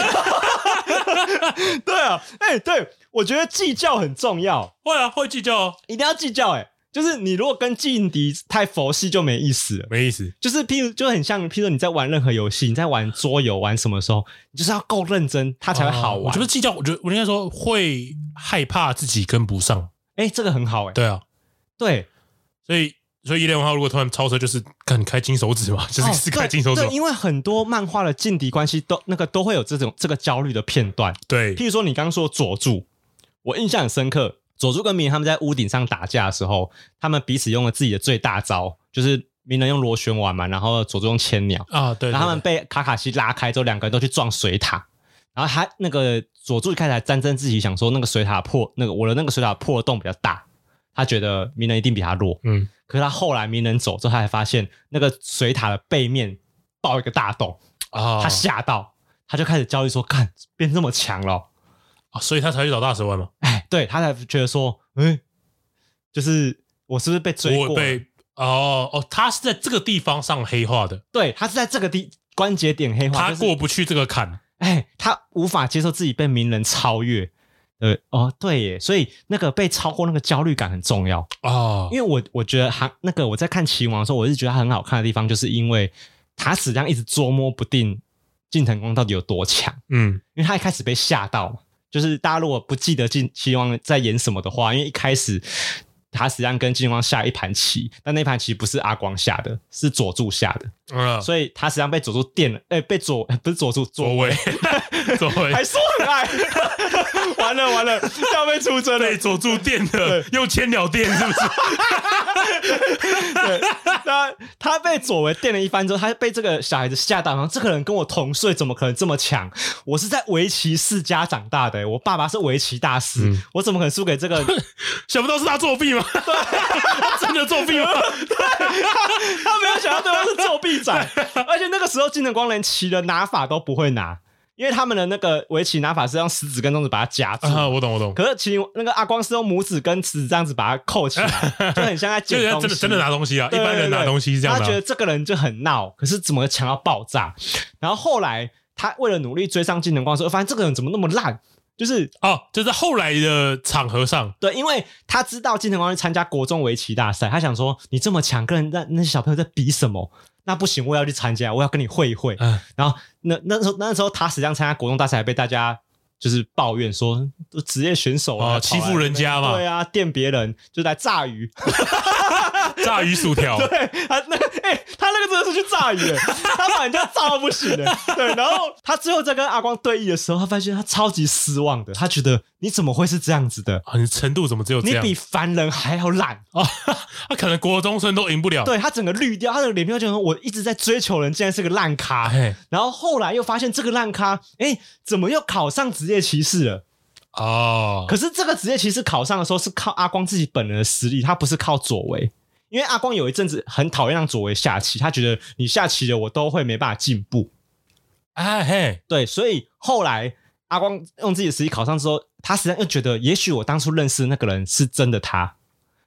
Speaker 1: 对啊，哎、对我觉得计较很重要，
Speaker 2: 会啊，会计较啊，
Speaker 1: 一定要计较、哎，就是你如果跟劲敌太佛系就没意思了。
Speaker 2: 没意思。
Speaker 1: 就是譬如就很像，譬如你在玩任何游戏，你在玩桌游玩什么的时候，你就是要够认真，它才会好玩。
Speaker 2: 哦我觉得计较，我觉得我应该说会害怕自己跟不上。
Speaker 1: 哎、这个很好哎、
Speaker 2: 对啊，
Speaker 1: 对，
Speaker 2: 所以所以一连文浩如果突然超车，就是看开金手指嘛， 就
Speaker 1: 哦
Speaker 2: 是是
Speaker 1: 对
Speaker 2: 开金手指
Speaker 1: 对
Speaker 2: 嘛。
Speaker 1: 因为很多漫画的劲敌关系都那个都会有这种这个焦虑的片段。
Speaker 2: 对
Speaker 1: 譬如说你刚刚说佐助，我印象很深刻，佐助跟鸣人他们在屋顶上打架的时候，他们彼此用了自己的最大招，就是鸣人用螺旋丸嘛，然后佐助用千鸟，
Speaker 2: 啊，对，
Speaker 1: 然后他们
Speaker 2: 对
Speaker 1: 被卡卡西拉开之后，两个人都去撞水塔。然后他那个佐助一开始还沾沾自喜，想说那个水塔破，那个我的那个水塔破的洞比较大，他觉得鸣人一定比他弱。
Speaker 2: 对嗯，
Speaker 1: 可是他后来鸣人走之后，他才发现那个水塔的背面爆一个大洞，
Speaker 2: 啊，
Speaker 1: 他吓到，他就开始焦虑说：“看，变这么强了哦。
Speaker 2: 啊所以他才去找大蛇丸嘛。”
Speaker 1: 哎，对他才觉得说：“嗯，就是我是不是被追
Speaker 2: 我
Speaker 1: 过？”
Speaker 2: 被哦哦，他是在这个地方上黑化的，
Speaker 1: 对他是在这个地关节点黑化，
Speaker 2: 他
Speaker 1: 就是
Speaker 2: 过不去这个坎。
Speaker 1: 哎，他无法接受自己被名人超越。呃，哦，对耶，所以那个被超过那个焦虑感很重要。
Speaker 2: 啊
Speaker 1: 因为我我觉得韩那个我在看《棋王》的时候，我是觉得它很好看的地方，就是因为塔矢亮一直捉摸不定近藤光到底有多强，
Speaker 2: 嗯，
Speaker 1: 因为他一开始被吓到嘛。就是大家如果不记得近棋王在演什么的话，因为一开始塔矢亮跟近藤光下一盘棋，但那盘棋不是阿光下的，是佐助下的，
Speaker 2: 啊，
Speaker 1: 所以塔矢亮被佐助电了，哎、被佐不是佐助
Speaker 2: 左
Speaker 1: 佐
Speaker 2: 为左
Speaker 1: 还
Speaker 2: 为
Speaker 1: 说很爱，完了完了，要被出征了。
Speaker 2: 被佐助电的，用千鸟电是 不是？
Speaker 1: 那他被佐为电了一番之后，他被这个小孩子吓到，然后这个人跟我同岁，怎么可能这么强？我是在围棋世家长大的、欸我爸爸是围棋大师，
Speaker 2: 嗯
Speaker 1: 我怎么可能输给这 个？
Speaker 2: 想不到是他作弊吗？他 真的作弊吗？
Speaker 1: 他没有想到对方是作弊仔，而且那个时候金藤光连棋的拿法都不会拿，因为他们的那个围棋拿法是用食指跟中指把它夹住。
Speaker 2: 啊，我懂我懂，
Speaker 1: 可是其实那个阿光是用拇指跟食指这样子把它扣 起来，就很像在
Speaker 2: 就
Speaker 1: 捡
Speaker 2: 是他
Speaker 1: 东西。
Speaker 2: 真的真的拿东西啊，一
Speaker 1: 对
Speaker 2: 般人拿东西是这样
Speaker 1: 他觉得
Speaker 2: 的啊
Speaker 1: 这个人就很闹，可是怎么强到爆炸？然后后来他为了努力追上金能光的时候，发现这个人怎么那么烂？就是
Speaker 2: 啊。哦，就是后来的场合上，
Speaker 1: 对，因为他知道金能光去参加国中围棋大赛，他想说你这么强，跟人那那些小朋友在比什么？那不行，我要去参加，我要跟你会一会。
Speaker 2: 嗯，
Speaker 1: 然后那那时候那时候他实际上参加国中大赛，还被大家就是抱怨说，都职业选手啊，
Speaker 2: 哦
Speaker 1: 跑来
Speaker 2: 欺负人家嘛
Speaker 1: 对啊，电别人就来炸鱼，
Speaker 2: 炸鱼薯条，
Speaker 1: 对，他那哎、他那个真的是去炸鱼耶， 他把人家炸到不行的。对，然后他最后在跟阿光对弈的时候，他发现他超级失望的，他觉得你怎么会是这样子的？
Speaker 2: 啊，你程度怎么只有这
Speaker 1: 你
Speaker 2: 样
Speaker 1: 比凡人还要烂，
Speaker 2: 啊？他可能国中生都赢不 了。
Speaker 1: 对他整个绿掉，他的脸票就说我一直在追求人，竟然是个烂咖。
Speaker 2: 哎，
Speaker 1: 然后后来又发现这个烂咖，哎，怎么又考上职业骑士了？
Speaker 2: 哦，
Speaker 1: 可是这个职业骑士考上的时候是靠阿光自己本人的实力，他不是靠左为。因为阿光有一阵子很讨厌让左为下棋，他觉得你下棋的我都会没办法进步。
Speaker 2: 哎嘿，
Speaker 1: 对，所以后来阿光用自己的实力考上之后，他实际上又觉得，也许我当初认识的那个人是真的他，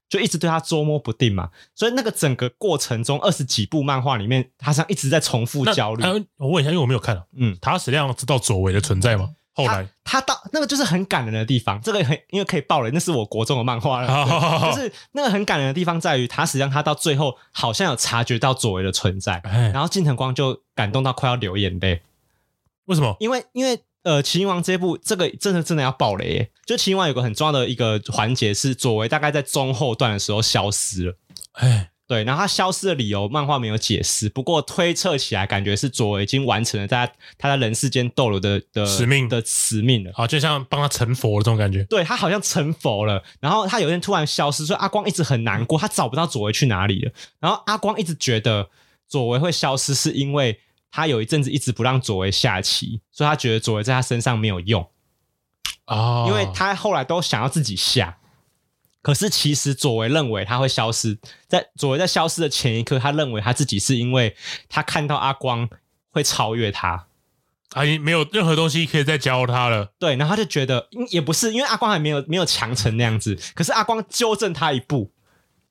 Speaker 1: 就一直对他捉摸不定嘛。所以那个整个过程中，二十几部漫画里面，他实际上一直在重复
Speaker 2: 那
Speaker 1: 焦虑
Speaker 2: 哎。我问一下，因为我没有看啊，
Speaker 1: 嗯，
Speaker 2: 塔矢亮知道左为的存在吗？后
Speaker 1: 他
Speaker 2: 来，
Speaker 1: 他到那个就是很感人的地方，这个很因为可以爆雷，那是我国中的漫画了。
Speaker 2: 好好 好好
Speaker 1: 就是那个很感人的地方在于，他实际上他到最后好像有察觉到左为的存在，
Speaker 2: 哎，
Speaker 1: 然后近藤光就感动到快要流眼泪。
Speaker 2: 为什么？
Speaker 1: 因为因为呃，《麒麟王》这部这个真的真的要爆雷耶！就《麒麟王》有个很重要的一个环节是佐为大概在中后段的时候消失了。
Speaker 2: 哎，
Speaker 1: 对，然后他消失的理由，漫画没有解释，不过推测起来，感觉是佐为已经完成了在他他在人世间逗留的的
Speaker 2: 使命
Speaker 1: 的使命了。
Speaker 2: 好，啊就像帮他成佛的这种感觉。
Speaker 1: 对他好像成佛了，然后他有一天突然消失，所以阿光一直很难过，他找不到佐为去哪里了。然后阿光一直觉得佐为会消失，是因为他有一阵子一直不让佐为下棋，所以他觉得佐为在他身上没有用，
Speaker 2: 啊，
Speaker 1: 因为他后来都想要自己下。可是其实佐为认为他会消失，在佐为在消失的前一刻，他认为他自己是因为他看到阿光会超越他，
Speaker 2: 啊，你没有任何东西可以再教他了。
Speaker 1: 对，然后他就觉得嗯也不是，因为阿光还没有没有强成那样子，可是阿光纠正他一步，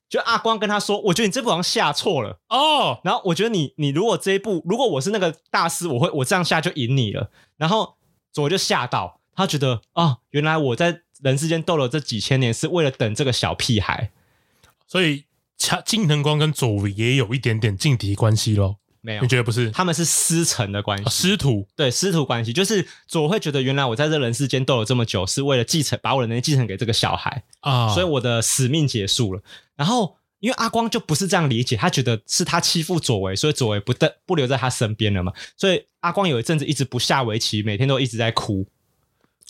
Speaker 1: 就阿光跟他说，我觉得你这步好像下错了。
Speaker 2: 哦，
Speaker 1: 然后我觉得你你如果这一步，如果我是那个大师，我会我这样下就赢你了。然后左就吓到，他觉得啊、原来我在人世间逗了这几千年，是为了等这个小屁孩。
Speaker 2: 所以他金藤光跟佐为也有一点点劲敌关系咯。
Speaker 1: 没有
Speaker 2: 你，觉得不是？
Speaker 1: 他们是师承的关
Speaker 2: 啊
Speaker 1: 系，
Speaker 2: 师徒
Speaker 1: 对师徒关系，就是左会觉得原来我在这人世间逗了这么久，是为了继承把我的能力继承给这个小孩，
Speaker 2: 啊，
Speaker 1: 所以我的使命结束了。然后。因为阿光就不是这样理解，他觉得是他欺负左为，所以左为不得不留在他身边了嘛。所以阿光有一阵子一直不下围棋，每天都一直在哭。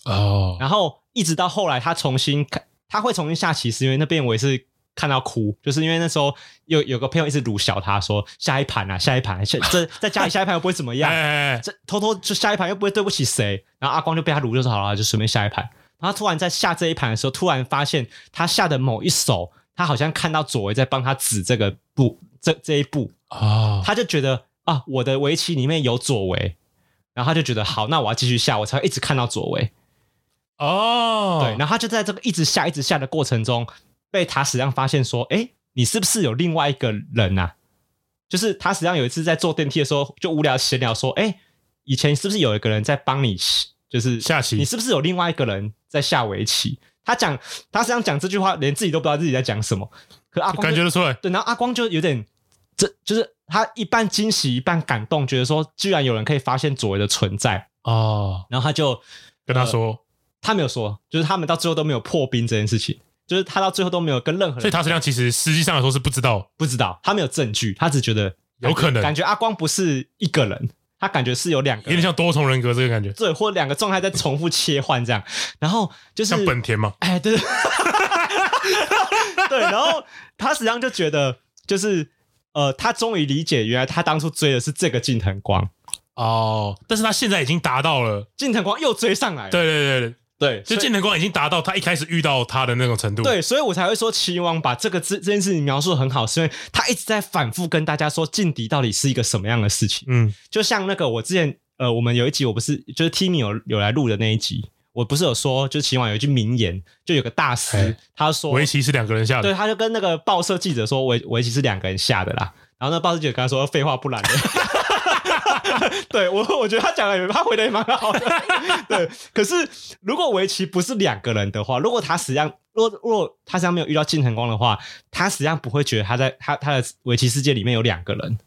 Speaker 2: 哦，
Speaker 1: 然后一直到后来他重新看，他会重新下棋，是因为那边我也是看到哭，就是因为那时候有有个朋友一直辱小他说下一盘啊，下一盘，下这在家里下一盘又不会怎么
Speaker 2: 哎
Speaker 1: 样，
Speaker 2: 哎，哎
Speaker 1: 这偷偷就下一盘又不会对不起谁，然后阿光就被他辱就说好了，就随便下一盘。然后他突然在下这一盘的时候，突然发现他下的某一手，他好像看到左为在帮他指这个步，这这一步，
Speaker 2: 啊，
Speaker 1: 他就觉得啊，我的围棋里面有左为，然后他就觉得好，那我要继续下，我才会一直看到左为。
Speaker 2: 哦，
Speaker 1: 对，然后他就在这个一直下、一直下的过程中，被塔史际上发现说：“哎，你是不是有另外一个人呐、啊？”就是塔史际上有一次在坐电梯的时候，就无聊闲聊说：“哎，以前是不是有一个人在帮你，就是
Speaker 2: 下棋
Speaker 1: 你是不是有另外一个人在下围棋？”他讲，他实际上讲这句话，连自己都不知道自己在讲什么。可阿
Speaker 2: 我
Speaker 1: 光
Speaker 2: 感
Speaker 1: 就
Speaker 2: 觉得出来，
Speaker 1: 对，然后阿光就有点，这就是他一半惊喜一半感动，觉得说居然有人可以发现左为的存在，
Speaker 2: 哦，
Speaker 1: 然后他就
Speaker 2: 跟他说，
Speaker 1: 他没有说，就是他们到最后都没有破冰这件事情，就是他到最后都没有跟任何
Speaker 2: 所
Speaker 1: 人
Speaker 2: 以塔矢亮其实实际上来说是不知道，
Speaker 1: 不知道，他没有证据，他只觉得
Speaker 2: 有可能
Speaker 1: 感觉阿光不是一个人，他感觉是有两
Speaker 2: 有
Speaker 1: 个
Speaker 2: 点
Speaker 1: 人，
Speaker 2: 像多重人格这个感觉，
Speaker 1: 对，或两个状态在重复切换这样，然后就是
Speaker 2: 像本田嘛，
Speaker 1: 哎，对， 对对，然后他实际上就觉得就是呃，他终于理解原来他当初追的是这个近藤光，
Speaker 2: 哦，但是他现在已经达到了，
Speaker 1: 近藤光又追上来了，
Speaker 2: 对对对对，
Speaker 1: 对，
Speaker 2: 就
Speaker 1: 所以
Speaker 2: 近藤光已经达到他一开始遇到他的那种程度，
Speaker 1: 对，所以我才会说秦王把这个这这件事情描述得很好，是因为他一直在反复跟大家说劲敌到底是一个什么样的事情。
Speaker 2: 嗯，
Speaker 1: 就像那个我之前呃，我们有一集我不是就是 Timmy 有有来录的那一集，我不是有说就是秦王有一句名言，就有个大师
Speaker 2: 哎
Speaker 1: 他说
Speaker 2: 围棋是两个人下
Speaker 1: 对，
Speaker 2: 的，
Speaker 1: 他就跟那个报社记者说围围棋是两个人下的啦，然后那报社记者跟他说废话不然的。 对我，我觉得他讲的，他回的也蛮好的。对，可是如果围棋不是两个人的话，如果他实际上，如果如果他实际上没有遇到金城光的话，他实际上不会觉得他在他他的围棋世界里面有两个人，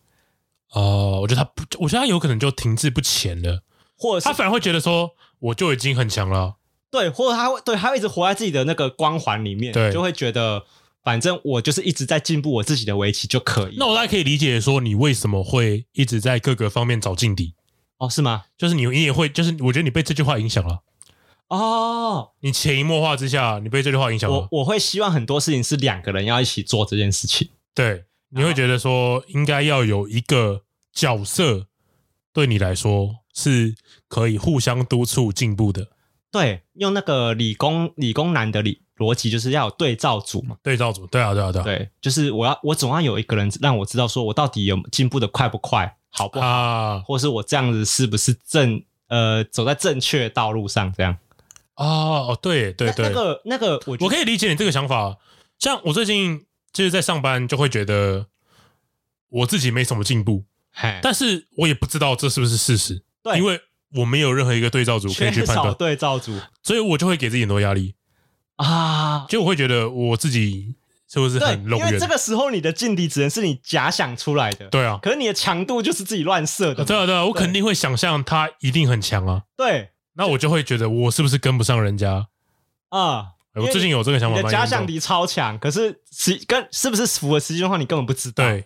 Speaker 2: 哦，我觉得他不，我觉得他有可能就停滞不前了，
Speaker 1: 或者
Speaker 2: 他
Speaker 1: 是
Speaker 2: 反而会觉得说我就已经很强了。
Speaker 1: 对，或者他会对他会一直活在自己的那个光环里面，
Speaker 2: 对
Speaker 1: 就会觉得反正我就是一直在进步我自己的围棋就可以。
Speaker 2: 那我大概可以理解说，你为什么会一直在各个方面找劲敌，
Speaker 1: 哦，是吗？
Speaker 2: 就是你你也会，就是我觉得你被这句话影响了，
Speaker 1: 哦，
Speaker 2: 你潜移默化之下，你被这句话影响
Speaker 1: 我
Speaker 2: 了，
Speaker 1: 我会希望很多事情是两个人要一起做这件事情。
Speaker 2: 对，你
Speaker 1: 嗯
Speaker 2: 会觉得说应该要有一个角色，对你来说是可以互相督促进步的
Speaker 1: 对，用那个理工理工男的理逻辑，就是要有对照组嘛。
Speaker 2: 对照组，对啊，对啊，对啊，
Speaker 1: 对，就是我要我总要有一个人让我知道，说我到底有进步的快不快，好不好，
Speaker 2: 啊
Speaker 1: 或是我这样子是不是正呃走在正确的道路上这样。
Speaker 2: 啊哦，对对
Speaker 1: 那
Speaker 2: 对，
Speaker 1: 那个那个，我觉得
Speaker 2: 我可以理解你这个想法。像我最近就是在上班，就会觉得我自己没什么进步，
Speaker 1: 嘿
Speaker 2: 但是我也不知道这是不是事实，
Speaker 1: 对
Speaker 2: 因为我没有任何一个对照组可以去
Speaker 1: 缺
Speaker 2: 判
Speaker 1: 少
Speaker 2: 断，
Speaker 1: 对照组
Speaker 2: 所以我就会给自己很多压力，
Speaker 1: 啊。
Speaker 2: 就我会觉得我自己是不是
Speaker 1: 对，
Speaker 2: 很
Speaker 1: 因
Speaker 2: 冗
Speaker 1: 为
Speaker 2: 员？
Speaker 1: 这个时候你的劲敌只能是你假想出来的，，
Speaker 2: 对啊，
Speaker 1: 可是你的强度就是自己乱设的
Speaker 2: 啊
Speaker 1: 嘛，
Speaker 2: 对啊，对啊，我肯定会想象他一定很强啊，
Speaker 1: 对
Speaker 2: 那我就会觉得我是不是跟不上人家？
Speaker 1: 啊。
Speaker 2: 哎
Speaker 1: 因
Speaker 2: 我
Speaker 1: 为
Speaker 2: 最近有这个想法
Speaker 1: 你
Speaker 2: 蛮
Speaker 1: 的
Speaker 2: 严重，
Speaker 1: 假想敌超强，可是实跟是不是符合实际状况，你根本不知道。
Speaker 2: 对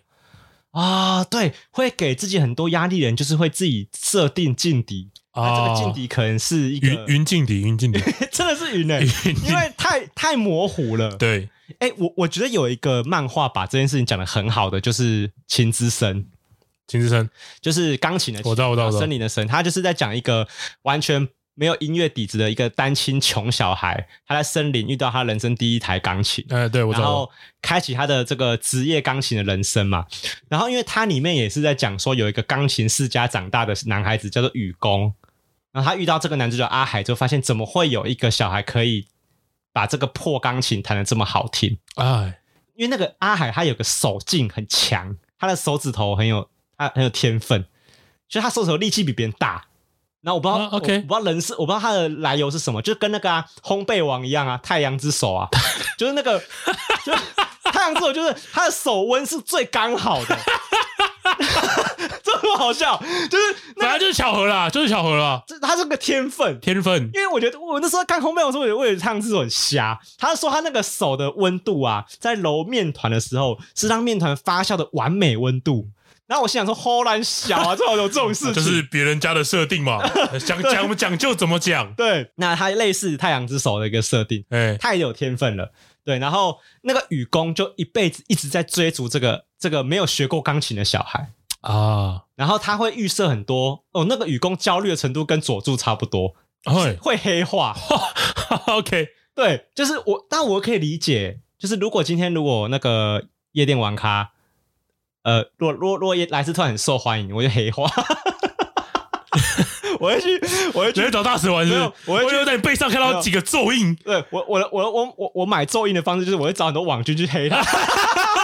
Speaker 1: 啊，对，会给自己很多压力的人，就是会自己设定劲敌。那这个劲敌可能是一
Speaker 2: 啊云
Speaker 1: 个，
Speaker 2: 哦云劲敌，云劲敌，
Speaker 1: 真的是云诶、
Speaker 2: 云
Speaker 1: 因为太太模糊了。，
Speaker 2: 对
Speaker 1: 哎、我我觉得有一个漫画把这件事情讲得很好的，就是《情之声》。
Speaker 2: 秦之森，
Speaker 1: 就是钢琴的琴，啊
Speaker 2: 我知道我知道我知道
Speaker 1: 森林的森，他就是在讲一个完全没有音乐底子的一个单亲穷小孩，他在森林遇到他人生第一台钢琴，
Speaker 2: 哎，对我知
Speaker 1: 然
Speaker 2: 道
Speaker 1: 后，开启他的这个职业钢琴的人生嘛。然后因为它里面也是在讲说有一个钢琴世家长大的男孩子叫做雨宫，然后他遇到这个男主角阿海之后，发现怎么会有一个小孩可以把这个破钢琴弹得这么好听？
Speaker 2: 哎，
Speaker 1: 因为那个阿海他有个手劲很强，他的手指头很有他很有天分，就是他手指头力气比别人大。然后我不知道、
Speaker 2: 啊
Speaker 1: 我
Speaker 2: ，OK
Speaker 1: 我不知道人是，我不知道他的来由是什么，就跟那个、啊、烘焙王一样啊，太阳之手 啊，就是那个，就太阳之手，就是他的手温是最刚好的， 这么好笑，就是
Speaker 2: 本来就是巧合啦，就是巧合啦，
Speaker 1: 这他是个天分，
Speaker 2: 天分
Speaker 1: 因为我觉得我那时候看烘焙王的时候，我觉得我有烫这很瞎。他说他那个手的温度啊，在揉面团的时候是让面团发酵的完美温度。然后我心想说，齁然小啊，这种有这种事情，
Speaker 2: 就是别人家的设 定嘛，讲讲讲就怎么讲，
Speaker 1: 对。那他类似太阳之手的一个设定，
Speaker 2: 哎，
Speaker 1: 太有天分了。对，然后那个雨宫就一辈子一直在追逐这个这个没有学过钢琴的小孩。
Speaker 2: 啊，
Speaker 1: 然后他会预设很多哦，那个雨宫焦虑的程度跟佐助差不多，
Speaker 2: 哎
Speaker 1: 会黑化，
Speaker 2: ，OK，
Speaker 1: 对，就是我，但我可以理解，就是如果今天如果那个夜店玩咖，呃，若若若夜来自突然很受欢迎，我就黑化， 我会去，我会
Speaker 2: 你
Speaker 1: 去
Speaker 2: 会找大蛇玩是不
Speaker 1: 没
Speaker 2: 是
Speaker 1: 有？我会
Speaker 2: 又
Speaker 1: 去
Speaker 2: 在你背上看到几个咒印，
Speaker 1: 对我我的我的我我我买咒印的方式就是我会找很多网军去黑他。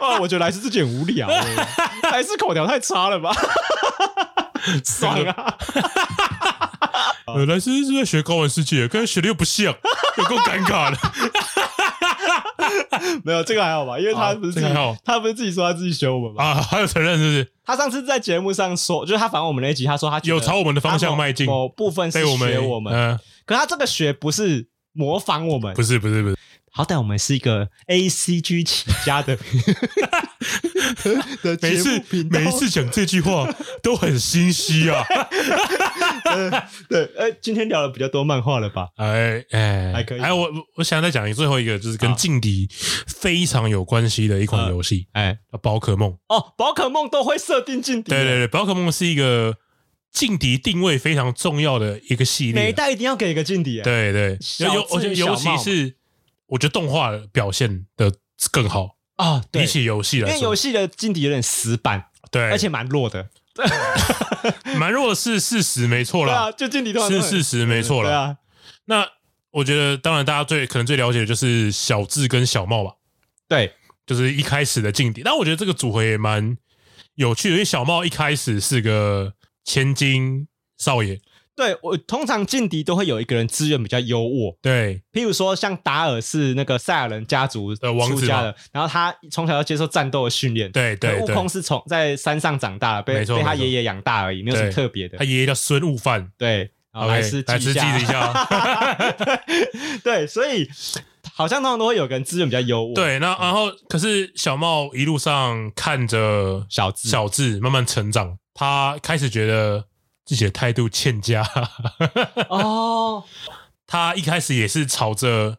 Speaker 1: 哦，我觉得莱斯自己很无聊、欸，莱斯口条太差 了吧，爽啊！哦
Speaker 2: 呃，莱斯是在学高玩世界，啊跟学的又不 像，有够尴尬的。
Speaker 1: 没有这个还好吧，因为他不是自己，
Speaker 2: 啊这个还好
Speaker 1: 他不是自己说他自己学我们吧？
Speaker 2: 啊，还有承认是不是？
Speaker 1: 他上次在节目上说，就是他反问我们那一集，他说他觉得
Speaker 2: 有朝我们的方向迈进
Speaker 1: 他啊某某部分是
Speaker 2: 被我
Speaker 1: 学
Speaker 2: 们，
Speaker 1: 我们，
Speaker 2: 嗯，
Speaker 1: 可他这个学不是模仿我们，
Speaker 2: 不是不是不是，
Speaker 1: 好歹我们是一个 A C G 起家 的的节
Speaker 2: 每
Speaker 1: 目
Speaker 2: 次
Speaker 1: 频道
Speaker 2: 每次讲这句 话都很心虚啊。
Speaker 1: 对，呃，今天聊了比较多漫画了吧？
Speaker 2: 哎哎，
Speaker 1: 还可以啊
Speaker 2: 哎，我我我想再讲一最后一个，就是跟
Speaker 1: 好
Speaker 2: 劲敌非常有关系的一款游戏，
Speaker 1: 哎，
Speaker 2: 叫宝可梦。
Speaker 1: 哦，宝可梦都会设定劲敌，
Speaker 2: 对对对，宝可梦是一个劲敌定位非常重要的一个系列啊。
Speaker 1: 每一代一定要给一个劲敌，，
Speaker 2: 对对，
Speaker 1: 小
Speaker 2: 尤尤
Speaker 1: 智
Speaker 2: 我觉得
Speaker 1: 小
Speaker 2: 尤
Speaker 1: 茂
Speaker 2: 其
Speaker 1: 嘛
Speaker 2: 是我觉得动画表现的更好，
Speaker 1: 啊，
Speaker 2: 比
Speaker 1: 对，
Speaker 2: 起游戏
Speaker 1: 因
Speaker 2: 来
Speaker 1: 为游
Speaker 2: 说，
Speaker 1: 戏的劲敌有点死板，
Speaker 2: 对，
Speaker 1: 而且蛮弱的，
Speaker 2: 蛮弱的是事实，没错
Speaker 1: 对啊，
Speaker 2: 啦，
Speaker 1: 就劲敌都
Speaker 2: 是事实，没错
Speaker 1: 对
Speaker 2: 啦。
Speaker 1: 啊，
Speaker 2: 那我觉得，当然大家最可能最了解的就是小智跟小茂吧，
Speaker 1: 对，
Speaker 2: 就是一开始的劲敌。但我觉得这个组合也蛮有趣的，因为小茂一开始是个千金少爷，
Speaker 1: 对我通常劲敌都会有一个人资源比较优渥，
Speaker 2: 对
Speaker 1: 譬如说像达尔是那个赛亚人家族
Speaker 2: 呃王子嘛
Speaker 1: 出家的，然后他从小要接受战斗的训练。
Speaker 2: 对对
Speaker 1: 悟
Speaker 2: 对，
Speaker 1: 空是从在山上长大的，被
Speaker 2: 没错
Speaker 1: 被他
Speaker 2: 没错
Speaker 1: 爷爷养大而已，没有什么
Speaker 2: 对
Speaker 1: 特别的
Speaker 2: 他。爷爷叫孙悟饭。
Speaker 1: 对，然后
Speaker 2: OK，
Speaker 1: 来吃
Speaker 2: 来吃
Speaker 1: 一
Speaker 2: 记一下
Speaker 1: 对，所以好像通常都会有个人资源比较优渥。，
Speaker 2: 对，那然后可是小茂一路上看着
Speaker 1: 小智
Speaker 2: 小智慢慢成长，他开始觉得自己的态度欠佳。
Speaker 1: 哦，
Speaker 2: 他一开始也是朝着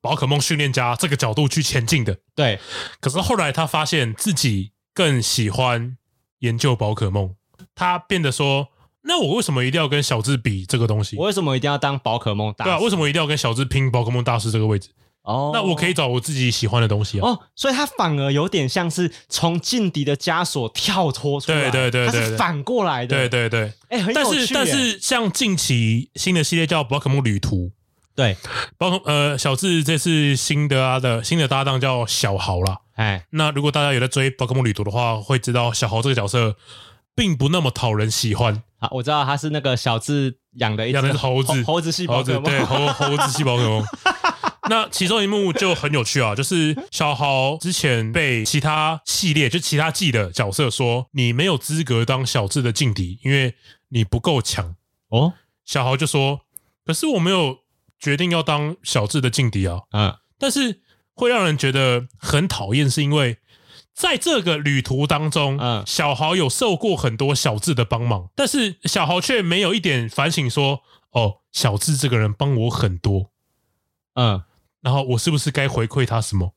Speaker 2: 宝可梦训练家这个角度去前进的，
Speaker 1: 对，
Speaker 2: 可是后来他发现自己更喜欢研究宝可梦，他变得说：“那我为什么一定要跟小智比这个东西
Speaker 1: 我？”为什么一定要当宝可梦大
Speaker 2: 对
Speaker 1: 师？
Speaker 2: 啊，为什么一定要跟小智拼宝可梦大师这个位置？
Speaker 1: 哦，
Speaker 2: 那我可以找我自己喜欢的东西啊。
Speaker 1: 哦，所以他反而有点像是从劲敌的枷锁跳脱出来，
Speaker 2: 对对对对
Speaker 1: 他
Speaker 2: 对
Speaker 1: 是反过来的。
Speaker 2: 对，对对，
Speaker 1: 哎，很
Speaker 2: 但
Speaker 1: 有
Speaker 2: 是
Speaker 1: 趣耶。
Speaker 2: 但是像近期新的系列叫宝可梦旅途，
Speaker 1: 对，
Speaker 2: 包括呃小智这次新的啊的新的搭档叫小豪啦。
Speaker 1: 哎，
Speaker 2: 那如果大家有在追宝可梦旅途的话，会知道小豪这个角色并不那么讨人喜欢，
Speaker 1: 好，我知道他是那个小智养的一只
Speaker 2: 养的是猴子，
Speaker 1: 猴子系宝可
Speaker 2: 猴子哦对
Speaker 1: 梦。
Speaker 2: 猴猴子细胞 可梦。那其中一幕就很有趣啊，就是小豪之前被其他系列就其他季的角色说你没有资格当小智的劲敌，因为你不够强。
Speaker 1: 哦，
Speaker 2: 小豪就说：“可是我没有决定要当小智的劲敌啊。”
Speaker 1: 嗯，
Speaker 2: 但是会让人觉得很讨厌，是因为在这个旅途当中，
Speaker 1: 嗯
Speaker 2: 小豪有受过很多小智的帮忙，但是小豪却没有一点反省说，哦，小智这个人帮我很多，
Speaker 1: 嗯
Speaker 2: 然后我是不是该回馈他什么？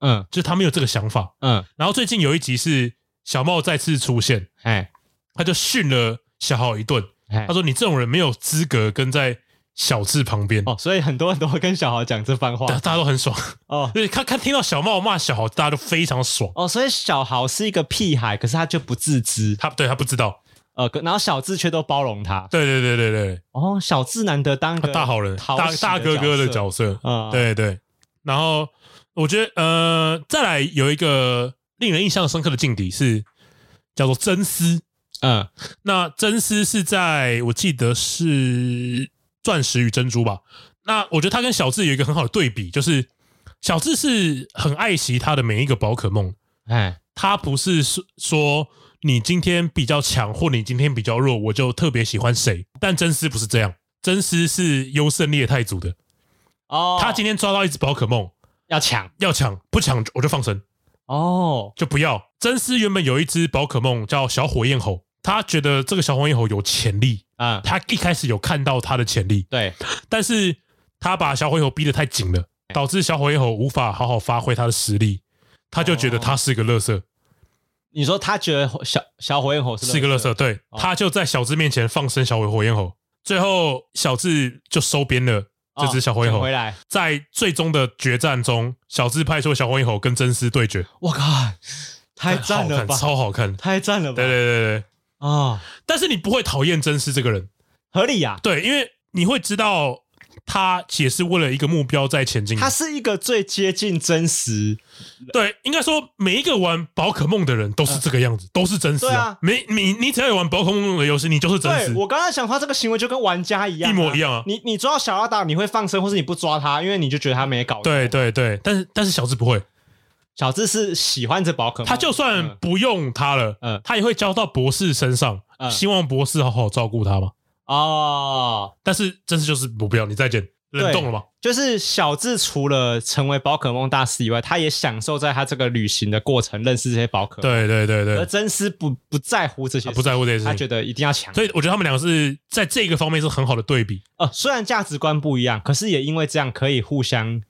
Speaker 1: 嗯
Speaker 2: 就是他没有这个想法。
Speaker 1: 嗯，
Speaker 2: 然后最近有一集是小茂再次出现，
Speaker 1: 哎
Speaker 2: 他就训了小豪一顿。
Speaker 1: 哎
Speaker 2: 他，说：“你这种人没有资格跟在小智旁边。”
Speaker 1: 哦，所以很多人都会跟小豪讲这番话
Speaker 2: 大大家都很爽，
Speaker 1: 哦
Speaker 2: 对，看看听到小茂骂小豪，大家都非常爽。
Speaker 1: 哦，所以小豪是一个屁孩，可是他就不自知，
Speaker 2: 他对他不知道，
Speaker 1: 呃，可然后小智却都包容他。
Speaker 2: 对对对对对，
Speaker 1: 哦，小智难得当
Speaker 2: 他
Speaker 1: 个
Speaker 2: 大好人，
Speaker 1: 讨
Speaker 2: 大
Speaker 1: 喜
Speaker 2: 大哥哥的角色，
Speaker 1: 啊，
Speaker 2: 对对。然后我觉得呃，再来有一个令人印象深刻的劲敌是叫做真丝。
Speaker 1: 嗯
Speaker 2: 那真丝是在我记得是钻石与珍珠吧？那我觉得他跟小智有一个很好的对比，就是小智是很爱惜他的每一个宝可梦，
Speaker 1: 哎
Speaker 2: 他不是说说你今天比较强或你今天比较弱，我就特别喜欢谁。但真丝不是这样，真丝是优胜劣汰组的。
Speaker 1: 哦，
Speaker 2: 他今天抓到一只宝可梦
Speaker 1: 要抢
Speaker 2: 要抢，不抢我就放生，
Speaker 1: 哦，
Speaker 2: 就不要。真丝原本有一只宝可梦叫小火焰猴，他觉得这个小火焰猴有潜力，
Speaker 1: 嗯，
Speaker 2: 他一开始有看到他的潜力，
Speaker 1: 对，
Speaker 2: 但是他把小火焰猴逼得太紧了，导致小火焰猴无法好好发挥他的实力。他就觉得他是个乐色，
Speaker 1: 你说他觉得小小火焰猴
Speaker 2: 是个
Speaker 1: 乐
Speaker 2: 乐
Speaker 1: 色
Speaker 2: 色。，对，
Speaker 1: 哦
Speaker 2: 他就在小智面前放生小火焰猴，最后小智就收编了这只小火焰
Speaker 1: 哦捡
Speaker 2: 猴
Speaker 1: 回。来，
Speaker 2: 在最终的决战中，小智派出小火焰猴跟真丝对决，
Speaker 1: 我靠，太赞了
Speaker 2: 好
Speaker 1: 吧
Speaker 2: 看，超好看。
Speaker 1: 太赞了吧，
Speaker 2: 对对对对，
Speaker 1: 啊，
Speaker 2: 但是你不会讨厌真丝这个人，
Speaker 1: 合理啊呀，
Speaker 2: 对，因为你会知道他也是为了一个目标在前进的。
Speaker 1: 他是一个最接近真实，
Speaker 2: 对，应该说每一个玩宝可梦的人都是这个样子，都是真丝
Speaker 1: 嗯对啊
Speaker 2: 没你你只要有玩宝可梦的游戏，你就是真
Speaker 1: 对
Speaker 2: 丝。
Speaker 1: 我刚刚想他这个行为就跟玩家一样啊，
Speaker 2: 一模一样啊
Speaker 1: 你你抓到小拉达，你会放生，或是你不抓他，因为你就觉得他没搞。
Speaker 2: 对，对对，但是但是小智不会，
Speaker 1: 小智是喜欢这宝可梦，
Speaker 2: 他就算
Speaker 1: 嗯
Speaker 2: 不用他了，
Speaker 1: 嗯
Speaker 2: 他也会交到博士身上，
Speaker 1: 嗯
Speaker 2: 希望博士好好照顾他嘛。
Speaker 1: 哦，
Speaker 2: 但是真是就是不要，你再见，冷冻了嘛。
Speaker 1: 就是小智除了成为宝可梦大师以外，他也享受在他这个旅行的过程，认识这些宝可梦。
Speaker 2: 对对对
Speaker 1: 而
Speaker 2: 对，
Speaker 1: 真丝不不在乎这些
Speaker 2: 他
Speaker 1: 事，
Speaker 2: 不在乎这些
Speaker 1: 他
Speaker 2: 事
Speaker 1: 觉
Speaker 2: 情。
Speaker 1: 得一定要强。
Speaker 2: 所以我觉得他们两个是在这个方面是很好的对比，
Speaker 1: 呃，虽然价值观不一样，可是也因为这样可以互相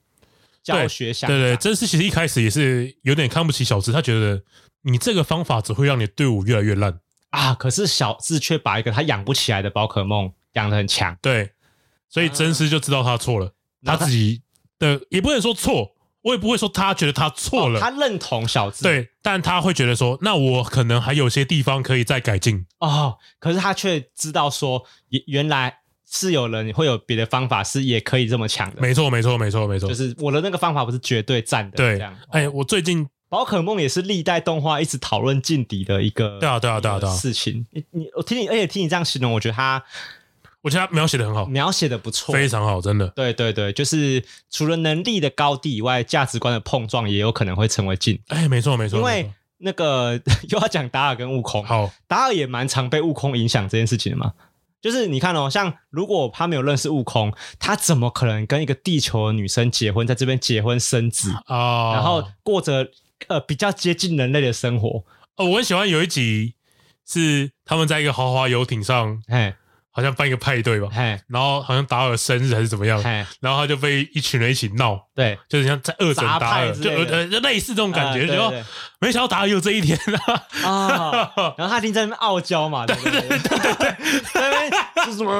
Speaker 1: 教
Speaker 2: 对
Speaker 1: 学相
Speaker 2: 对对，
Speaker 1: 长
Speaker 2: 真是其实一开始也是有点看不起小智，他觉得你这个方法只会让你的队伍越来越烂。
Speaker 1: 啊。可是小智却把一个他养不起来的宝可梦养得很强，
Speaker 2: 对，所以真丝就知道他错了，
Speaker 1: 那
Speaker 2: 他
Speaker 1: 他
Speaker 2: 自己的也不能说错，我也不会说他觉得他错了，
Speaker 1: 哦他认同小智，
Speaker 2: 对，但他会觉得说，那我可能还有些地方可以再改进。
Speaker 1: 哦，可是他却知道说，也原来是有人会有别的方法是也可以这么强的，
Speaker 2: 没错，没错，没错，没错，
Speaker 1: 就是我的那个方法不是绝对赞的，
Speaker 2: 对
Speaker 1: 这样。。哦
Speaker 2: 哎，我最近
Speaker 1: 宝可梦也是历代动画一直讨论劲敌的一个
Speaker 2: 对啊对啊对啊对啊
Speaker 1: 一个事情。你你我听你，而且听你这样形容，我觉得他
Speaker 2: 我觉得他描写的很好，
Speaker 1: 描写的不错，
Speaker 2: 非常好，真的。
Speaker 1: 对对对，就是除了能力的高低以外，价值观的碰撞也有可能会成为劲。
Speaker 2: 哎，没错，没错，
Speaker 1: 因
Speaker 2: 没
Speaker 1: 为那个 又要讲达尔跟悟空，
Speaker 2: 错好，
Speaker 1: 达尔也蛮常被悟空影响这件事情的嘛。就是你看哦，像如果他没有认识悟空，他怎么可能跟一个地球的女生结婚，在这边结婚生子，
Speaker 2: 啊，
Speaker 1: 然后过着呃比较接近人类的生活？
Speaker 2: 哦，我很喜欢有一集是他们在一个豪华游艇上，
Speaker 1: 嘿，
Speaker 2: 好像办一个派对吧，
Speaker 1: 嘿，
Speaker 2: 然后好像达尔生日还是怎么样，
Speaker 1: 嘿，
Speaker 2: 然后他就被一群人一起闹，
Speaker 1: 对，
Speaker 2: 就是像在二整
Speaker 1: 杂
Speaker 2: 达
Speaker 1: 派
Speaker 2: 尔，
Speaker 1: 之
Speaker 2: 就
Speaker 1: 类的
Speaker 2: 呃就类似这种感觉，
Speaker 1: 啊
Speaker 2: 就
Speaker 1: 对
Speaker 2: 哦
Speaker 1: 对
Speaker 2: 没想到达尔有这一天 啊！
Speaker 1: 啊，然后他已经在那边傲娇嘛，对不对？对对对， 在那边就是什么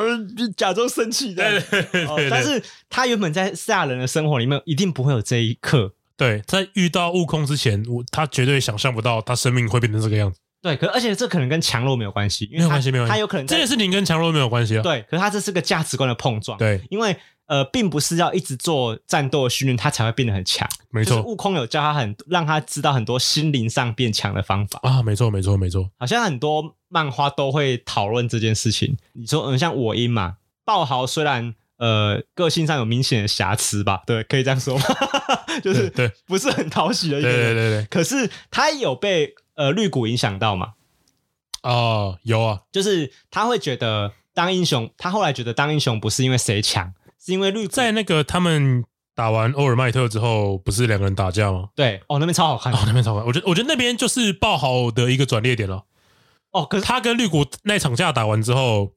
Speaker 1: 假装生气这样
Speaker 2: 对
Speaker 1: 子
Speaker 2: 对对
Speaker 1: 哦
Speaker 2: 对，
Speaker 1: 但是他原本在赛亚人的生活里面，一定不会有这一刻。
Speaker 2: 对，在遇到悟空之前，我他绝对想象不到他生命会变成这个样子，
Speaker 1: 对，可而且这可能跟强弱没有关系，因为
Speaker 2: 没有
Speaker 1: 他
Speaker 2: 关系，没有关系，
Speaker 1: 他有可能在
Speaker 2: 这件事情跟强弱没有关系啊。
Speaker 1: 对，可是他这是个价值观的碰撞。，
Speaker 2: 对，
Speaker 1: 因为呃，并不是要一直做战斗的训练，他才会变得很强。
Speaker 2: 没
Speaker 1: 就是
Speaker 2: 错
Speaker 1: 悟空有教他很让他知道很多心灵上变强的方法，
Speaker 2: 啊，没错，没错，没错，
Speaker 1: 好像很多漫画都会讨论这件事情。你说，嗯，像我音嘛，爆豪虽然。呃，个性上有明显的瑕疵吧？对，可以这样说吗？ 就是
Speaker 2: 对对
Speaker 1: 不是很讨喜的一
Speaker 2: 对
Speaker 1: 个人。
Speaker 2: 对对对，
Speaker 1: 可是他有被呃绿谷影响到嘛？
Speaker 2: 哦，有啊，
Speaker 1: 就是他会觉得当英雄，他后来觉得当英雄不是因为谁强，是因为绿谷
Speaker 2: 在那个他们打完欧尔麦特之后，不是两个人打架吗？
Speaker 1: 对哦那边超好看
Speaker 2: 哦，那边超好玩，我觉得我觉得那边就是爆豪的一个转捩点了。
Speaker 1: 哦，可是
Speaker 2: 他跟绿谷那场架打完之后，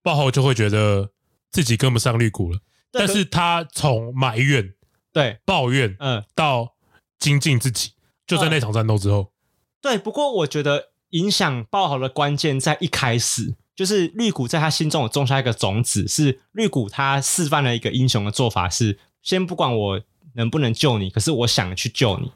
Speaker 2: 爆豪就会觉得自己跟不上绿谷了。
Speaker 1: 对
Speaker 2: 但是他从埋怨、
Speaker 1: 对
Speaker 2: 抱怨
Speaker 1: 嗯
Speaker 2: 到精进自己，就在那场战斗之后，嗯
Speaker 1: 对，不过我觉得影响爆好的关键在一开始，就是绿谷在他心中有种下一个种子，是绿谷他示范了一个英雄的做法是，先不管我能不能救你，可是我想去救你。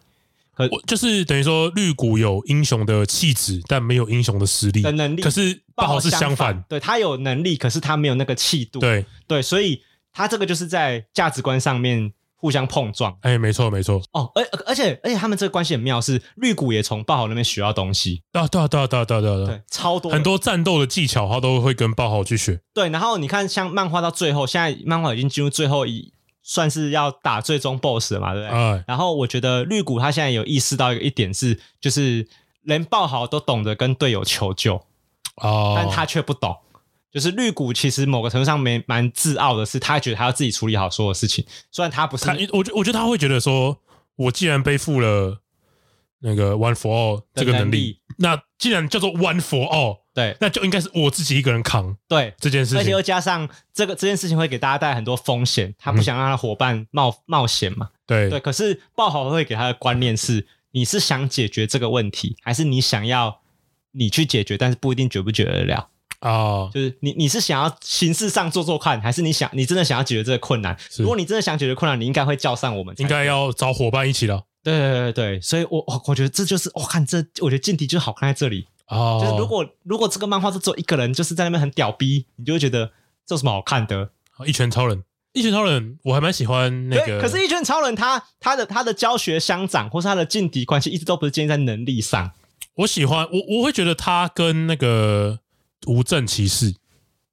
Speaker 2: 我就是等于说绿谷有英雄的气质，但没有英雄的实力
Speaker 1: 的能力
Speaker 2: 可是
Speaker 1: 爆
Speaker 2: 爆
Speaker 1: 豪
Speaker 2: 豪是相反，
Speaker 1: 对他有能力，可是他没有那个气度。
Speaker 2: 对，
Speaker 1: 对，所以他这个就是在价值观上面互相碰撞。
Speaker 2: 哎，没错没错，
Speaker 1: 哦，而而且而且他们这个关系很妙，是绿谷也从爆豪那边学到东西，
Speaker 2: 啊，对啊对啊对啊对啊对啊对
Speaker 1: 对
Speaker 2: 啊，，
Speaker 1: 超多的
Speaker 2: 很多战斗的技巧他都会跟爆豪去学，
Speaker 1: 对，然后你看，像漫画到最后，现在漫画已经进入最后一，算是要打最终 BOSS 了嘛，对不对？
Speaker 2: 哎，
Speaker 1: 然后我觉得绿谷他现在有意识到一个一点是，就是连爆豪都懂得跟队友求救，
Speaker 2: 哦，
Speaker 1: 但他却不懂。就是绿谷其实某个程度上没蛮自傲的是，他觉得他要自己处理好所有事情，虽然他不是
Speaker 2: 他，我觉我觉得他会觉得说，我既然背负了那个 one for all
Speaker 1: 的
Speaker 2: 这个能
Speaker 1: 能
Speaker 2: 力
Speaker 1: 力，
Speaker 2: 那既然叫做 one for all，
Speaker 1: 对
Speaker 2: 那就应该是我自己一个人扛
Speaker 1: 对，
Speaker 2: 这件事
Speaker 1: 而且
Speaker 2: 情
Speaker 1: 又。加上这个这件事情会给大家带来很多风险，他不想让他的伙伴冒冒险嘛，
Speaker 2: 对
Speaker 1: 对，可是爆豪会给他的观念是：你是想解决这个问题，还是你想要你去解决，但是不一定解不解决得了？
Speaker 2: 啊，
Speaker 1: 就是你你是想要形式上做做看，还是你想你真的想要解决这个困难？如果你真的想解决困难，你应该会叫上我们才。
Speaker 2: 应该要找伙伴一起了
Speaker 1: 对对对对，所以我我我觉得这就是我看这，我觉得劲敌就是好看在这里，
Speaker 2: 啊。
Speaker 1: 就是如果如果这个漫画是只有一个人，就是在那边很屌逼，你就会觉得这有什么好看的？
Speaker 2: 一拳超人，一拳超人，我还蛮喜欢那
Speaker 1: 对，
Speaker 2: 个。
Speaker 1: 可是，一拳超人他他的他的教学相长或是他的劲敌关系，一直都不是建立在能力上。
Speaker 2: 我喜欢我，我会觉得他跟那个无证骑士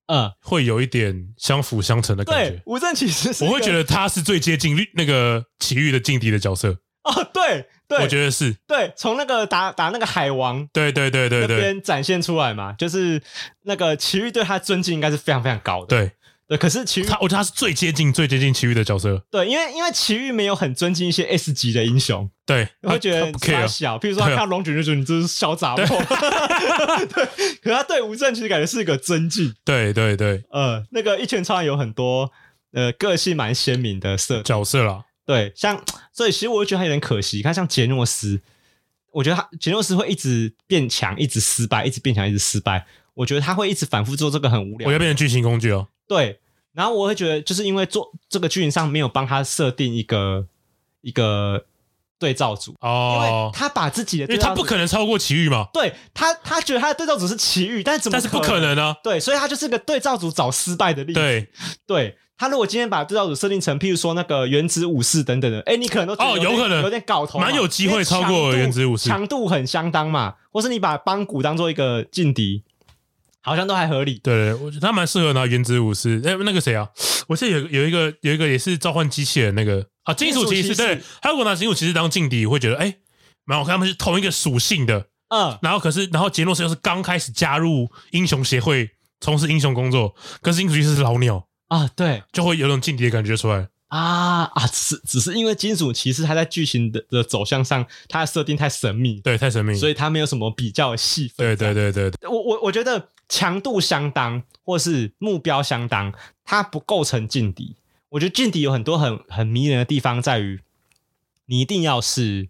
Speaker 1: 嗯，
Speaker 2: 会有一点相辅相成的感
Speaker 1: 对
Speaker 2: 觉，。
Speaker 1: 无证其实是
Speaker 2: 我
Speaker 1: 一
Speaker 2: 会
Speaker 1: 个
Speaker 2: 觉得他是最接近绿那个奇遇的劲敌的角色，
Speaker 1: 哦，对对，
Speaker 2: 我觉得是
Speaker 1: 对，从那个打打那个海王
Speaker 2: 对对对对
Speaker 1: 那
Speaker 2: 对
Speaker 1: 边展现出来嘛，就是那个奇遇对他尊敬应该是非常非常高的。
Speaker 2: 对。
Speaker 1: 对，可是奇遇
Speaker 2: 他我觉得他是最接近最接近奇遇的角色，
Speaker 1: 对，因为因为奇遇没有很尊敬一些 S 级的英雄，
Speaker 2: 对，
Speaker 1: 我会觉
Speaker 2: 他
Speaker 1: 得
Speaker 2: 他不
Speaker 1: 他
Speaker 2: care，
Speaker 1: 小，譬如说他
Speaker 2: 对
Speaker 1: 看
Speaker 2: 啊
Speaker 1: 到龙卷就觉得你这是小杂 货。对， 可是他对无证其实感觉是一个尊敬。
Speaker 2: 对对对，
Speaker 1: 呃，那个一拳超人有很多呃个性蛮鲜明的设
Speaker 2: 角色啦，
Speaker 1: 对，像所以其实我就觉得他有点可惜。你看，像杰诺斯，我觉得他杰诺斯会一直变强，一直失败，一直变强，一直失败。我觉得他会一直反复做这个很无聊
Speaker 2: 我。要变成巨型工具哦，
Speaker 1: 对，然后我会觉得，就是因为做这个剧情上没有帮他设定一个一个对照组，因为
Speaker 2: 哦，
Speaker 1: 他把自己的
Speaker 2: 因为
Speaker 1: 对
Speaker 2: 他
Speaker 1: 照组
Speaker 2: 不可能超过奇遇嘛，
Speaker 1: 对他，他觉得他的对照组是奇遇，但是怎么
Speaker 2: 但是不可能啊，
Speaker 1: 对，所以他就是个对照组找失败的例子。
Speaker 2: 对，
Speaker 1: 对他如果今天把对照组设定成，譬如说那个原子武士等等的，哎，你可能都觉得
Speaker 2: 哦
Speaker 1: 点
Speaker 2: 有可能
Speaker 1: 有点搞头嘛，
Speaker 2: 蛮有机会超过
Speaker 1: 因为强度
Speaker 2: 原子武士
Speaker 1: 强度很相当嘛，或是你把邦古当做一个劲敌，好像都还合理。
Speaker 2: 对对，我觉得他蛮适合拿原子武士，哎，那个谁啊，我记得有有一个有一个也是召唤机器人那个啊，金属骑士，
Speaker 1: 金属骑士
Speaker 2: 对，他如果拿金属骑士当劲敌，会觉得哎，蛮好看，他们是同一个属性的，
Speaker 1: 嗯，
Speaker 2: 然后可是然后杰诺斯又是刚开始加入英雄协会从事英雄工作，可是金属骑士是老鸟，
Speaker 1: 啊，对
Speaker 2: 就会有种劲敌的感觉出来。
Speaker 1: 啊啊，只是只是因为金属骑士他在剧情的的走向上，他的设定太神秘，
Speaker 2: 对，太神秘。
Speaker 1: 所
Speaker 2: 以，
Speaker 1: 以他没有什么比较的戏份。
Speaker 2: 对对对对对，
Speaker 1: 我我我觉得强度相当，或是目标相当，它不构成劲敌。我觉得劲敌有很多很很迷人的地方，在于你一定要是，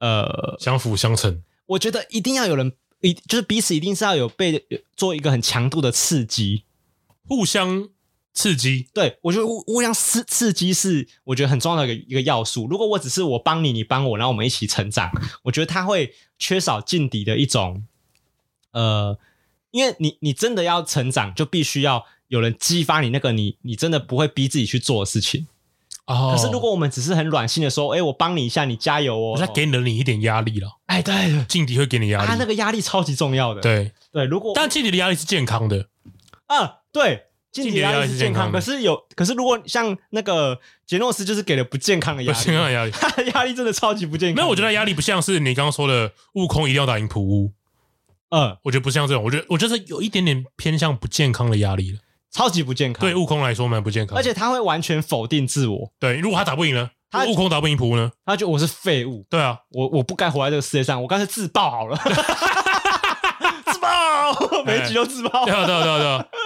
Speaker 1: 呃，
Speaker 2: 相辅相成。
Speaker 1: 我觉得一定要有人，一就是彼此一定是要有被做一个很强度的刺激。
Speaker 2: 互相刺激。
Speaker 1: 对我觉得互互相刺刺激是我觉得很重要的一个一个要素。如果我只是我帮你，你帮我，然后我们一起成长，我觉得他会缺少劲敌的一种，呃，因为你你真的要成长，就必须要有人激发你那个你你真的不会逼自己去做的事情。
Speaker 2: 哦
Speaker 1: 可是如果我们只是很软性的说，哎、我帮你一下，你加油哦
Speaker 2: 我，在给了你一点压力了，
Speaker 1: 哎对，
Speaker 2: 劲敌会给你压力。
Speaker 1: 他那个压力超级重要的。
Speaker 2: 对，
Speaker 1: 对，如果
Speaker 2: 但劲敌的压力是健康的。
Speaker 1: 啊，对，
Speaker 2: 进
Speaker 1: 进
Speaker 2: 阶
Speaker 1: 阶压
Speaker 2: 压
Speaker 1: 力
Speaker 2: 力
Speaker 1: 是
Speaker 2: 是
Speaker 1: 健
Speaker 2: 健
Speaker 1: 康，
Speaker 2: 康
Speaker 1: 可
Speaker 2: 的
Speaker 1: 是有，可是如果像那个杰诺斯，就是给了不健康的压
Speaker 2: 不
Speaker 1: 力，
Speaker 2: 是健康的压力
Speaker 1: 他的 压力真的超级不健康。
Speaker 2: 没有，我觉
Speaker 1: 得，
Speaker 2: 得压力不像是你刚刚说的悟空一定要打赢普乌，
Speaker 1: 呃，
Speaker 2: 我觉得不像这种，我觉得我觉得是有一点点偏向不健康的压力了。
Speaker 1: 超级不健康。
Speaker 2: 对悟空来说蛮不健康的，
Speaker 1: 而且他会完全否定自我，
Speaker 2: 对，如果他打不赢呢？
Speaker 1: 他
Speaker 2: 悟空打不赢普乌呢？
Speaker 1: 他觉得我是废物，
Speaker 2: 对啊，
Speaker 1: 我我不该活在这个世界上，我干脆自爆好
Speaker 2: 哎
Speaker 1: 了。 自爆，每一局都自爆
Speaker 2: 对。啊，对啊，对啊，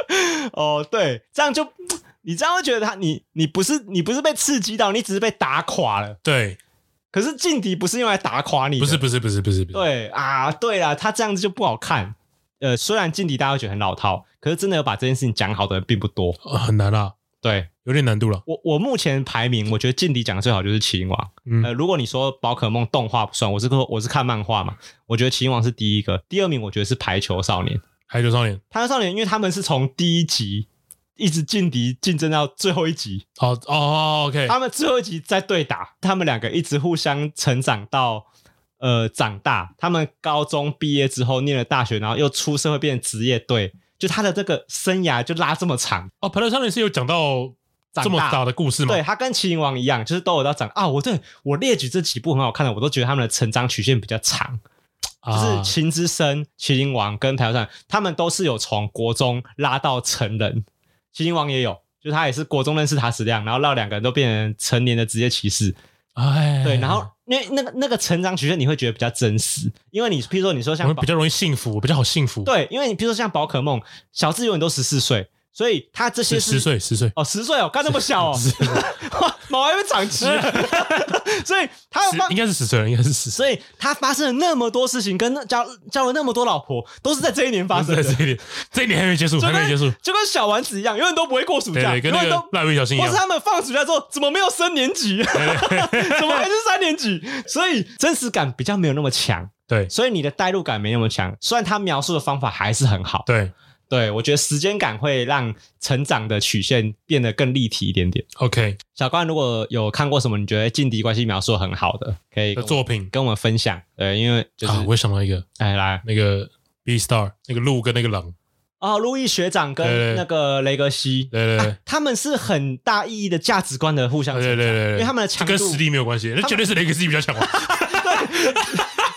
Speaker 2: 对啊，
Speaker 1: 哦，对，这样就你这样会觉得他，你你不是你不是被刺激到，你只是被打垮了。
Speaker 2: 对，
Speaker 1: 可是劲敌不是用来打垮你的，
Speaker 2: 不是不是不是不是不是，
Speaker 1: 对啊，对啦，他这样子就不好看。呃，虽然劲敌大家会觉得很老套，可是真的有把这件事情讲好的人并不多。
Speaker 2: 呃很难啦，
Speaker 1: 对
Speaker 2: 有点难度了。
Speaker 1: 我，我目前排名，我觉得劲敌讲的最好就是《麒麟王》。
Speaker 2: 嗯
Speaker 1: 呃，如果你说宝可梦动画不算，我是说我是看漫画嘛，我觉得《麒麟王》是第一个，第二名我觉得是《排球少年》。《
Speaker 2: 还有少年，
Speaker 1: 排球少年》因为他们是从第一集一直劲敌竞争到最后一集，
Speaker 2: 哦哦哦，OK，
Speaker 1: 他们最后一集在对打，他们两个一直互相成长到呃长大。他们高中毕业之后念了大学，然后又出社会变成职业队，就他的这个生涯就拉这么长。
Speaker 2: 哦，排球少年是有讲到
Speaker 1: 长大
Speaker 2: 这么大的故事吗？
Speaker 1: 对他跟麒麟王一样，就是都有到长啊。我对我列举这几部很好看的，我都觉得他们的成长曲线比较长，就是
Speaker 2: 啊，
Speaker 1: 秦之声、麒麟王跟台上，他们都是有从国中拉到成人。麒麟王也有，就是他也是国中认识塔矢亮，然后让两个人都变成成年的职业骑士。
Speaker 2: 哎，
Speaker 1: 对，然后因为那个那个成长曲线，你会觉得比较真实，因为你譬如说你说
Speaker 2: 我
Speaker 1: 像
Speaker 2: 们
Speaker 1: 宝
Speaker 2: 比较容易幸福，比较好幸福。，
Speaker 1: 对，因为你譬如说像宝可梦，小智永远都十四岁，所以他这些
Speaker 2: 是
Speaker 1: 是
Speaker 2: 十岁，十岁，
Speaker 1: 哦，十岁哦，干那么小哦， 哇，毛还没长齐， 所以他有
Speaker 2: 十
Speaker 1: 办
Speaker 2: 应该是十岁了，应该是十岁。
Speaker 1: 所以他发生了那么多事情，跟那交交了那么多老婆，都是在这一年发生
Speaker 2: 在
Speaker 1: 的，
Speaker 2: 这一点，这一点还没结束，
Speaker 1: 就
Speaker 2: 还
Speaker 1: 跟
Speaker 2: 没结束。
Speaker 1: 就跟小丸子一样，永远都不会过暑
Speaker 2: 对
Speaker 1: 假，
Speaker 2: 对，跟
Speaker 1: 永
Speaker 2: 那
Speaker 1: 远
Speaker 2: 个
Speaker 1: 都
Speaker 2: 蜡笔小新一
Speaker 1: 或
Speaker 2: 样
Speaker 1: 是。他啊们放暑假之后怎么没有升年级？ 怎么还是三年级？所以真实感比较没有那么强，
Speaker 2: 对
Speaker 1: 所以你的代入感没那么强。虽然他描述的方法还是很好，
Speaker 2: 对
Speaker 1: 对我觉得时间感会让成长的曲线变得更立体一点点。
Speaker 2: ，OK
Speaker 1: 小关如果有看过什么你觉得劲敌关系描述得很好的，可以
Speaker 2: 的
Speaker 1: 跟我
Speaker 2: 作品
Speaker 1: 跟我们分享。对，因为就是
Speaker 2: 啊，我想到一个，
Speaker 1: 哎来
Speaker 2: 那个 B Star 那个鹿跟那个狼，
Speaker 1: 哦，路易学长
Speaker 2: 对对
Speaker 1: 跟
Speaker 2: 对
Speaker 1: 那个雷格西。啊
Speaker 2: 对对对
Speaker 1: 他们是很大意义的价值观的互相
Speaker 2: 对
Speaker 1: 成
Speaker 2: 对
Speaker 1: 长，
Speaker 2: 对对，
Speaker 1: 因为他们的
Speaker 2: 这
Speaker 1: 强
Speaker 2: 跟
Speaker 1: 度
Speaker 2: 实力没有关系，那绝对是雷克斯比较强嘛。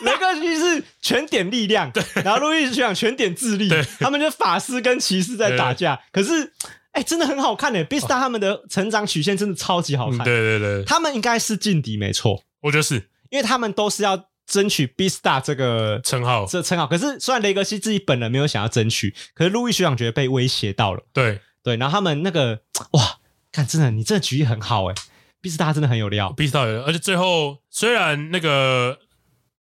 Speaker 1: 雷克西是全点力量，然后路易斯学长全点智力，他们就法师跟骑士在打架。可是，哎、真的很好看呢。b i s t a 他们的成长曲线真的超级好
Speaker 2: 哦嗯
Speaker 1: 看。
Speaker 2: 对对对，
Speaker 1: 他们应该是劲敌没错，
Speaker 2: 我觉得是
Speaker 1: 因为他们都是要争取 b i s t a 这个
Speaker 2: 称号，
Speaker 1: 这称号。可是，虽然雷格西自己本人没有想要争取，可是路易斯学长觉得被威胁到了。
Speaker 2: 对
Speaker 1: 对，然后他们那个哇，看真的，你这个举例很好哎 b i s t a 真的很有料，
Speaker 2: B Star，而且最后虽然那个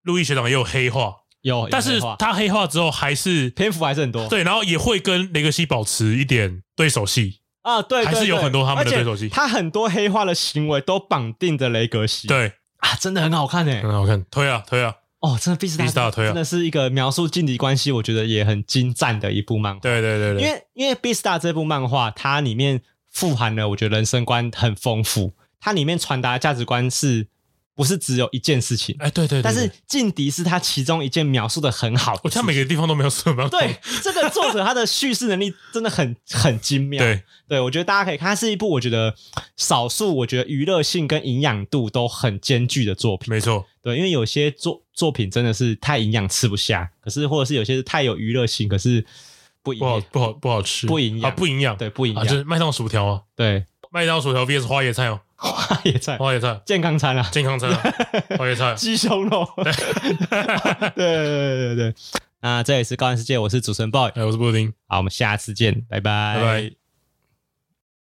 Speaker 2: 路易学长也有黑化，
Speaker 1: 有，有
Speaker 2: 但是
Speaker 1: 黑化
Speaker 2: 他黑化之后还是
Speaker 1: 篇幅还是很多。
Speaker 2: 对，然后也会跟雷格西保持一点对手戏。
Speaker 1: 啊，对，
Speaker 2: 还是
Speaker 1: 对
Speaker 2: 有
Speaker 1: 对
Speaker 2: 很多他们的
Speaker 1: 而且
Speaker 2: 对手戏
Speaker 1: 他很多黑化的行为都绑定着雷格西，
Speaker 2: 对，
Speaker 1: 啊，真的很好看诶、
Speaker 2: 很好看，推啊推啊，
Speaker 1: 哦，真的必须
Speaker 2: Beast 大推啊
Speaker 1: 真的是一个描述劲敌关系，我觉得也很精湛的一部漫画。
Speaker 2: 对对对对，
Speaker 1: 因为因为《b e a s t a 这部漫画，它里面富含了我觉得人生观很丰富，它里面传达的价值观是不是只有一件事情？
Speaker 2: 哎对对，对
Speaker 1: 但是
Speaker 2: 对
Speaker 1: 劲敌是他其中一件描述的很好的
Speaker 2: 我像每
Speaker 1: 事
Speaker 2: 个地方都没有什么
Speaker 1: 情对这个作者他的叙事能力真的很 很精妙，
Speaker 2: 对
Speaker 1: 对，我觉得大家可以看，它是一部我觉得少数我觉得娱乐性跟营养度都很兼具的作品。
Speaker 2: 没错，
Speaker 1: 对，因为有些作作品真的是太营养吃不下，可是或者是有些是太有娱乐性，可是不营
Speaker 2: 不好
Speaker 1: 养，
Speaker 2: 不好不好吃，
Speaker 1: 不营养
Speaker 2: 啊不营养，
Speaker 1: 对，不营
Speaker 2: 啊
Speaker 1: 养，
Speaker 2: 就是麦当劳薯条啊，
Speaker 1: 对，
Speaker 2: 麦当劳薯条 VS 花椰菜哦，
Speaker 1: 花椰菜
Speaker 2: 花椰菜
Speaker 1: 健康餐啊，
Speaker 2: 健康餐啊，花椰菜
Speaker 1: 鸡胸肉， 对对啊对对对对。那这里是高玩世界，我是主持人 boy，
Speaker 2: 哎我是布丁，
Speaker 1: 好，我们下次见，拜拜，
Speaker 2: 拜拜。